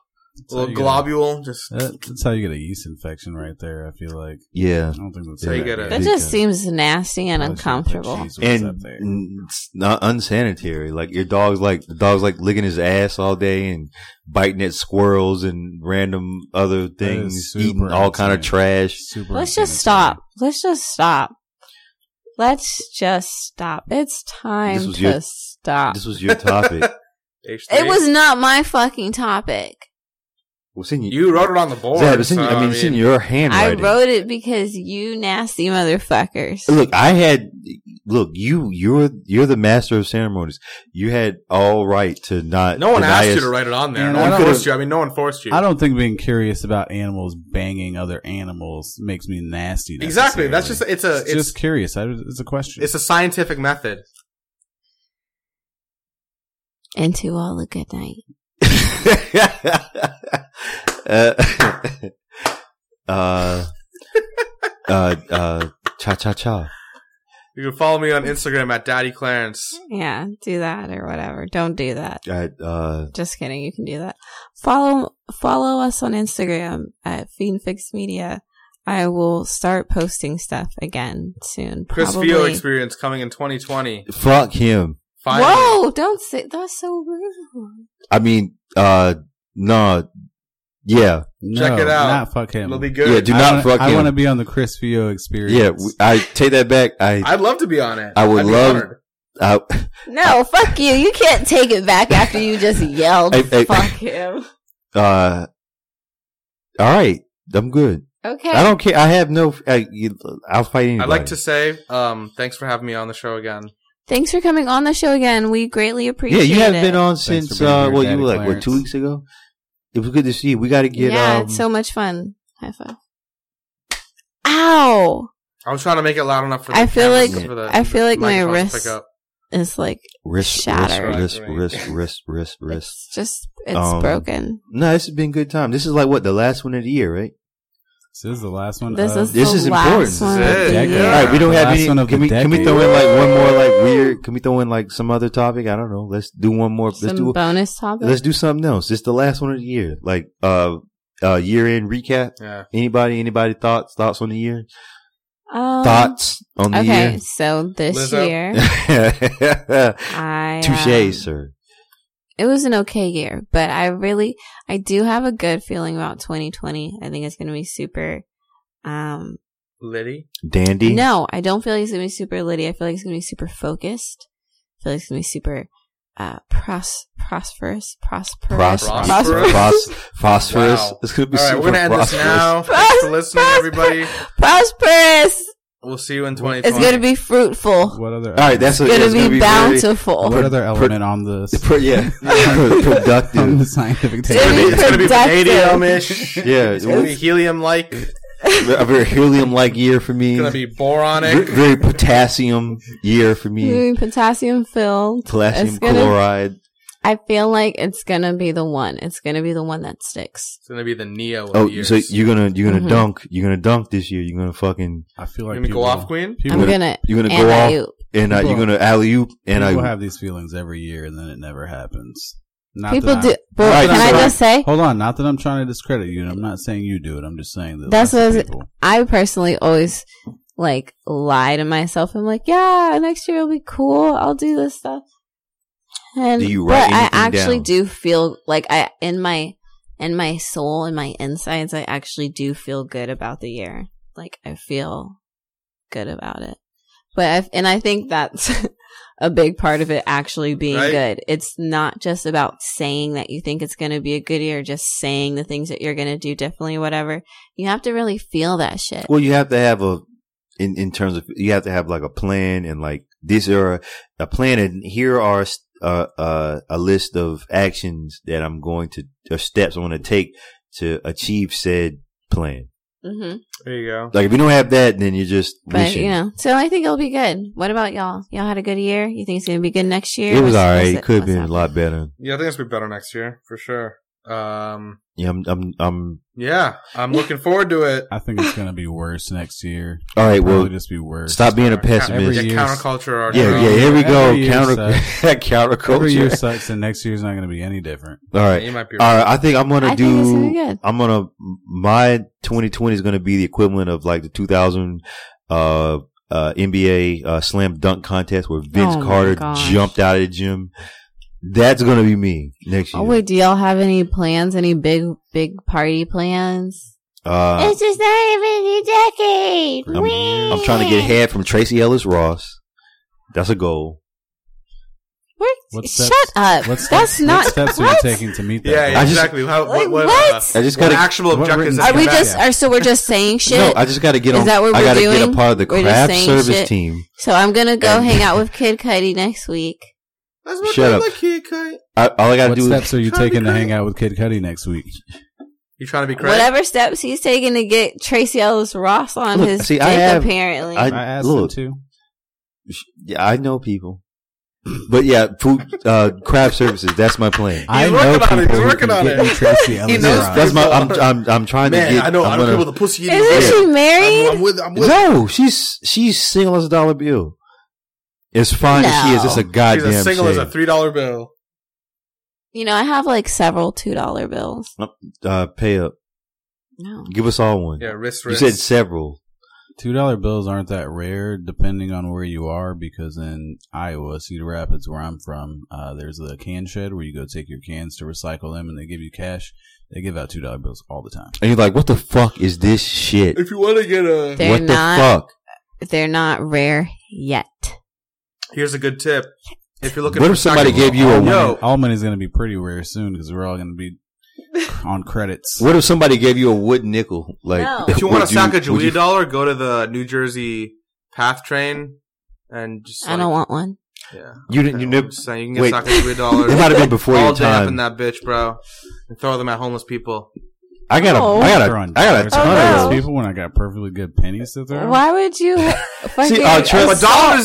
a little
you get
globule. Just
a- that- that's how you get a yeast infection right there. I feel like
yeah,
I don't think that's
So you
a good
get a-
idea.
that just seems nasty and
Oh,
Probably should've put
uncomfortable.
cheese whiz up
and
there.
n- it's not unsanitary. Like your dog's like the dog's like licking his ass all day and biting at squirrels and random other things,
super
eating all kind of
unsanitary.
trash.
Super
Let's just
unsanitary.
stop. Let's just stop. Let's just stop. It's time
This
to
was your-
Ah.
stop.
This was your topic.
H3.
it was not my fucking topic.
What's in
You wrote it on the board.
Zab, it's in-
so,
I mean, it's in your handwriting.
I wrote it because you nasty motherfuckers.
Look, I had. Look, you, you're, you're the master of ceremonies. You had all right to not.
no one
deny
asked you
us-
to write it on there.
And
No
I
one
don't-
forced you. I mean, no one forced you.
I don't think being curious about animals banging other animals makes me nasty.
Exactly. That's just
necessarily.
it's
It's
a it's
just curious. I, it's a question.
it's a scientific method.
And to all a good night.
uh, uh, uh, uh, cha cha cha.
You can follow me on Instagram at Daddy Clarence.
Yeah, do that or whatever. Don't do that.
Uh, uh,
Just kidding. You can do that. Follow follow us on Instagram at Fiendfix Media. I will start posting stuff again soon.
Chris
probably.
Fio experience coming in 2020.
fuck him.
Finally.
Whoa! Don't say that's so rude.
I mean, uh, no, yeah,
No,
Check it out.
Not fuck him.
It'll be
yeah.
good.
Do
I
not
wanna-
fuck
I
him.
want to be on the Chris Vio experience.
yeah, we- I take that back. I,
I'd love to be on it.
I would
I'd be
love-
honored.
I,
No, fuck you. You can't take it back after you just yelled.
Hey, hey.
fuck him.
uh, all right, I'm good.
Okay.
I don't care. I have no. I, you- I'll fight anybody.
I'd like to say, um, thanks for having me on the show again.
Thanks for coming on the show again. We greatly appreciate
Yeah,
it.
you haven't been on
Thanks
since.
for being
uh
here,
Well,
Daddy
you were like what
Clarence.
two weeks ago. It was good to see you. We got to get.
yeah,
um,
it's so much fun. High five. Ow!
I was trying to make it loud enough for. The
I feel
cameras,
like-
for the
I feel like my
microphones to
wrist-
pick up.
It's like
wrist, wrist,
shattered.
wrist,
Right, right.
wrist, wrist, wrist, wrist.
it's just it's
Um,
broken.
No, this has been a good time. This is like what the last one of the year, right?
This is the last one.
This
of-
is
this
the
is
last
important.
one
This
of
is
the
it.
year.
All right, we don't
The
have
last
any.
one of
Can
the
we, can we
decade.
throw in like one more like weird? Can we throw in like some other topic? I don't know. Let's do one more.
Some
Let's do.
bonus topic.
Let's do something else. It's the last one of the year, like uh, uh, year end recap.
Yeah.
Anybody, anybody thoughts thoughts on the year?
Um,
thoughts on the
Okay, so this
Lizzo.
year
year?
I
Touche,
um,
sir.
it was an okay year, but I really, I do have a good feeling about 2020. I think it's going to be super, um,
Liddy.
Dandy.
no, I don't feel like it's going to be super litty. I feel like it's going to be super focused. I feel like it's going to be super, uh, pros- prosperous, prosperous,
Pros-
Prosperous.
Phos- phosphorus.
Wow.
It's gonna be
All right,
super
we're gonna end this
phosphorus.
now. Thanks for listening, everybody.
prosperous.
We'll see you in 2020.
It's going to be fruitful.
What other?
All right, that's
It's
yeah,
going to be
very-
bountiful.
what other
Pro-
element on the
pro- yeah,
on the
productive.
scientific
It's gonna
table?
be-
It's gonna be
productive.
vanadium-ish.
Yeah,
It's gonna be helium-like. It's
a very helium-like year for me.
gonna be boronic.
Ve- very potassium year for me.
Mm, potassium filled.
Potassium
gonna-
chloride.
I feel like it's gonna be the one. It's gonna be the one that sticks.
It's gonna be the Neo of
Oh,
years.
so you're gonna you're gonna
Mhm.
dunk. You're gonna dunk this year. You're gonna fucking
I feel
You
like
gonna
people,
go off, Queen?
People,
I'm gonna
you're gonna go off
anti
and uh, you're
People-
gonna alley oop and
people
I.
have these feelings every year, and then it never happens. Not
People
that
do.
I'm-
But
All right,
can I
so-
just say,
Hold on, not that I'm trying to discredit you. and I'm not saying you do it. I'm just saying that
That's
lots of
what I was-
people-
I personally always like lie to myself. I'm like, yeah, next year will be cool. I'll do this stuff. And
Do you
but
write
I
anything
actually
down?
do feel like I in my in my soul in my insides, I actually do feel good about the year. Like I feel good about it. But I and I think that's a big part of it actually being
Right.
good. It's not just about saying that you think it's going to be a good year, just saying the things that you're going to do differently, whatever. You have to really feel that shit.
Well, you have to have a in in terms of you have to have like a plan and like this are a plan and here are uh, uh, a list of actions that I'm going to or steps I'm going to take to achieve said plan.
hmm
There you go.
Like if you don't have that, then you're just
But
wishing.
you know, so I think it'll be good. What about y'all? Y'all had a good year. You think it's gonna be good next year?
it was
What's-
all
what's
right. It
it-
could have
what's
been a
up?
lot better.
Yeah, I think it's gonna be better next year for sure. Um,
Yeah, I'm, I'm, I'm.
yeah, I'm looking forward to it.
I think it's gonna be worse next year.
All right.
Probably
Well,
just be worse.
stop being a
Our coun-
pessimist.
Every
yeah,
year.
counterculture. Our
yeah,
own.
yeah. Here we go.
Every year
Counter,
sucks. Every year
counterculture.
sucks, and next year's not gonna be any different.
All right.
You might be
All
right.
right, I think I'm gonna
I
do.
think it's gonna be good.
I'm gonna my 2020 is gonna be the equivalent of like the 2000 uh, uh, NBA uh, slam dunk contest where Vince
Oh my
Carter
gosh.
jumped out of the gym. That's gonna be me next year.
Oh wait, do y'all have any plans? Any big big party plans?
Uh,
it's just not even a decade.
I'm, I'm trying to get head from Tracy Ellis Ross. That's a goal.
We're-
What
shut
steps-
up.
What steps,
That's not
what steps are you
what?
taking to meet that?
Yeah, yeah
I just-
exactly. How,
Like,
what, what,
what?
I just
what
gotta.
actual
What
objectives?
written-
have
Are we
you got?
just are so we're just saying shit?
No, I just gotta get
Is
on.
that what
I
we're
gotta get
doing?
a part of the
We're just
craft
saying
service
shit?
team.
so I'm gonna go
And-
hang out with Kid Cudi next week.
That's what
Shut
they
up.
Like, kid, kid.
I, all I gotta
What
do
steps are you
Trying to be
taking to
great.
hang out with Kid Cudi next week?
You trying to be crazy?
Whatever steps he's taking to get Tracy Ellis Ross on
Look,
his
see,
dick,
I have-
apparently.
I-
I asked
look.
him to.
is. Yeah, I know people. But yeah, food, uh, craft services. That's my plan.
I
working
know
on it.
people
He's
who
working
can
on
get
it.
me Tracy Ellis
knows
Ross.
That's my. I'm. I'm. I'm trying to
Man,
get.
I know.
I'm
I don't care
gonna-
what the pussy eating.
Isn't
is.
she married?
I'm, I'm with. I'm with.
No, she's she's single as a dollar bill. As fine as she is, it's a
She's
goddamn
as single as a
shame.
three dollar bill.
You know, I have like several two dollar bills.
uh, pay up.
No.
Give us all one.
Yeah, wrist,
you
wrist.
said several.
Two dollar bills aren't that rare, depending on where you are. Because in Iowa, Cedar Rapids, where I'm from, uh, there's a can shed where you go take your cans to recycle them, and they give you cash. They give out two dollar bills all the time.
And you're like, what the fuck is this shit?
if you want to get a,
They're
what the
not
fuck?
they're not rare yet.
here's a good tip. If you're looking,
What
for
if somebody
stocking-
gave you
all
a
yo?
money, all money's going to be pretty rare soon because we're all going to be on credits.
What if somebody gave you a wood nickel? Like,
No.
If you want a
would
sack of
would
Julia dollar, go to the New Jersey Path Train and just.
I
like-
don't want one.
Yeah,
You didn't. You
I'm
never.
just saying, you can get
wait.
a sack of Julia
It might
dollars
have been before
all
your
day up
time.
in that bitch, bro, and throw them at homeless people.
I got
Oh.
a. I got
They're
a.
on
I got a
dollars.
ton
Oh,
of
no.
those.
Those people when I got perfectly good pennies to throw.
Why would you fucking
uh, Trey-
But
That's-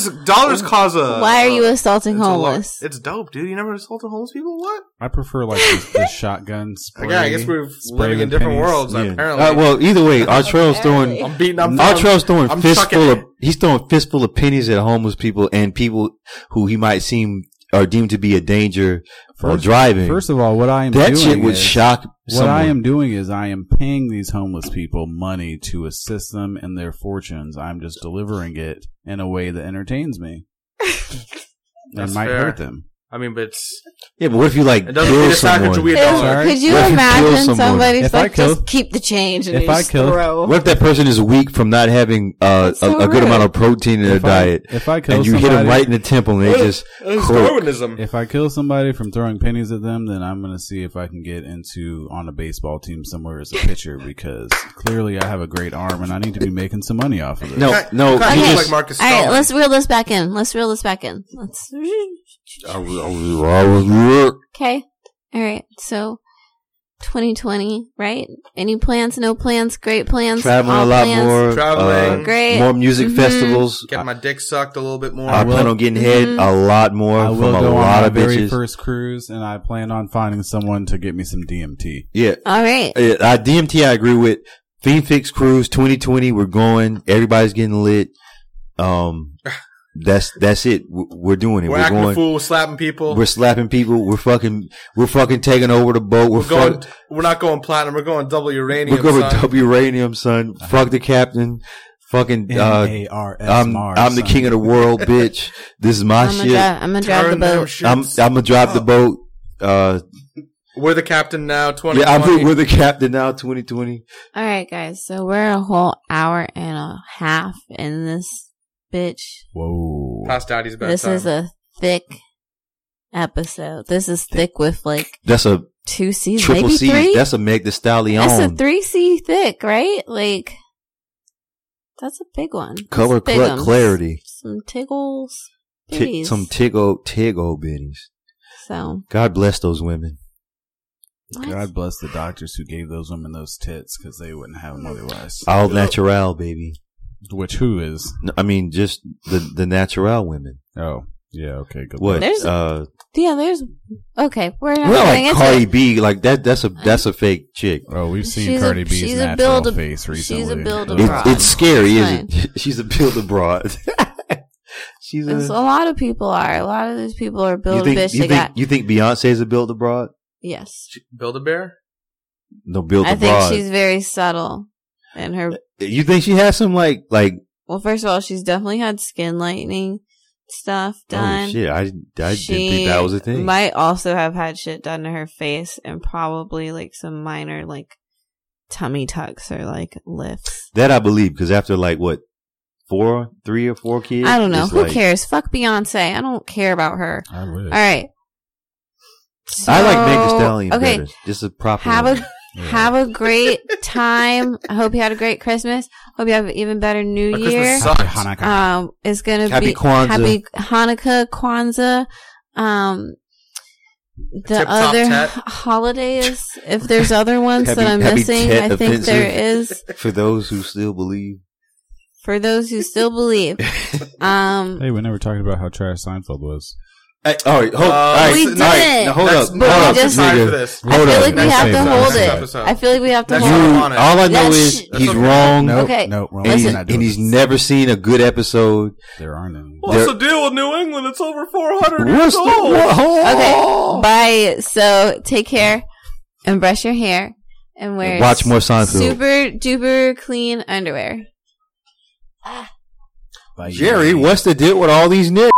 dollars, dollars cause a.
Why are you
a-
assaulting
it's a lot-
homeless?
It's dope, dude. You never assaulted homeless people? What?
I prefer like the, the shotgun spray.
yeah, I guess we're
spray
living
with
in different
pennies.
worlds.
Yeah.
Apparently,
Uh, well, either way, Artrell's throwing.
I'm beating. I'm, I'm
Artrell's throwing
I'm
fistful
chucking-
of he's throwing fistful of pennies at homeless people and people who he might seem are deemed to be a danger for
First-
driving.
First of all, what I am
that
doing
shit would
is-
shock
What
someone.
I am doing is I am paying these homeless people money to assist them in their fortunes. I'm just delivering it in a way that entertains me. and
That's
might
fair.
hurt them.
I mean, but it's
yeah, but what if you like
it doesn't mean
kill
a sack of
someone?
Julia
If-
dollars.
Sorry?
could you
What if you kill
imagine
someone?
somebody's
If I
like,
kill-
just keep the change and
if
you
I
just
kill-
throw?
What if that person is weak from not having uh,
That's
a,
so
a good
rude.
amount of protein in their
If I-
diet,
if I kill
and you hit
somebody,
them right in the temple, and they just
It's
croak.
Darwinism.
if I kill somebody from throwing pennies at them, then I'm gonna see if I can get into on a baseball team somewhere as a pitcher because clearly I have a great arm and I need to be making some money off of it.
no,
Cut-
no.
cut
he
him
Okay.
like Marcus.
All right,
Stallion.
let's reel this back in. Let's reel this back in. Let's.
just-
Okay. All right. So, 2020, right? Any plans? No plans? Great plans?
traveling
all
a lot
plans?
more,
Traveling.
uh,
Great.
more music
Mhm.
festivals.
get my dick sucked a little bit more.
I,
will-
plan on getting head
Mhm.
a
Mm-hmm.
lot more
I will
from a
go
lot
on my
of
very
bitches.
first cruise, and I plan on finding someone to get me some DMT.
yeah,
All right.
Yeah, I DMT. I agree with Fiend Fix Cruise 2020. We're going. Everybody's getting lit. Um, that's that's it. We're, we're doing it.
we're
We're,
acting a
going.
fool, slapping people.
We're slapping people. We're fucking. We're fucking taking over the boat. We're,
We're going.
fuck-
We're not going platinum. We're going double uranium.
we're going
son.
to uranium, son. Fuck the captain. Fucking. Uh,
N-A-R-S,
I'm
Mars,
I'm the
son.
king of the world, bitch. This is my
I'm gonna
shit.
drive. I'm gonna drive the
Turn them
boat.
shits.
I'm I'm gonna drive the boat. Uh,
we're the captain now. Twenty.
yeah, I'm with the captain now. 2020.
All right, guys. So we're a whole hour and a half in this bitch.
Whoa.
past daddy's bedtime.
This is a thick episode. This is thick with like
That's a
two C's,
triple
maybe
C.
three.
That's a Meg the Stallion.
That's a three C thick, right? Like that's a big one. That's
Color
a big
cl-
one.
clarity.
Some tickles.
Ti
Bitties.
some tickle tickle bitties.
so
God bless those women.
what?
God bless the doctors who gave those women those tits because they wouldn't have them otherwise.
All natural, baby.
Which who is?
N- I mean, just the the natural women.
Oh, yeah, okay, good.
What?
luck.
There's-
uh,
yeah, there's okay. We're
we're
not
not
going
like
into
Cardi
it.
B. Like that. That's a that's a fake chick.
Oh, we've seen
She's a-
Cardi B's
she's a
natural
build-
face
she's
recently.
a build a
It,
Broad.
it's scary,
That's
isn't it? She's a build abroad. She's
There's A
a.
lot of people are. A lot of these people are
You
build
think
bitch.
you
They
think
got
you think Beyonce is a build abroad?
yes.
build a bear.
No, build
I think
abroad.
she's very subtle in her.
you think she has some like like
Well, first of all, she's definitely had skin lightening stuff
oh
done.
shit? I I didn't think
She
that was a thing.
Might also have had shit done to her face and probably like some minor like tummy tucks or like lifts.
That I believe because after like what four, three or four kids,
I don't know.
it's
Who
like-
cares? Fuck Beyonce. I don't care about her.
I
All
wish.
right.
I like Meg
So-
Thee Stallion
Okay.
better. Just a proper.
Have
woman.
a have a great time. I hope you had a great Christmas. Hope you have an even better New
Our Christmas
Year.
sucked.
Hanukkah.
Um, it's gonna
Happy
be
Kwanzaa.
happy Hanukkah, Kwanzaa. Um, the
Tip-top
other
tat.
holidays, if there's other ones
Happy-
that I'm
happy
missing,
tat
I think
offensive.
there is
for those who still believe.
for those who still believe. Um,
Hey, we never talked about how trash Seinfeld was.
Hey, all right, hold,
Uh,
all right,
We
all right,
did.
now hold
That's-
up,
but
hold
we
up,
just-
Time
nigga.
for this.
Hold
I feel
up.
like we
Next
have to
episode.
hold
Next
it.
episode.
I feel like we have to
Next
You-
hold
episode.
it.
on it.
all I know
That's
is
sh-
he's
Okay.
wrong,
Nope,
Okay.
nope, we're
and,
not
he's,
doing
and he's
this.
never seen a good episode.
There aren't any.
There-
What's the deal with New England? It's over 400
What's
years
the-
old.
what- hold Oh.
Okay. Bye. So take care and brush your hair and wear
on. Watch more Seinfeld.
super duper clean underwear.
Like,
Jerry, what's the deal with all these niggas?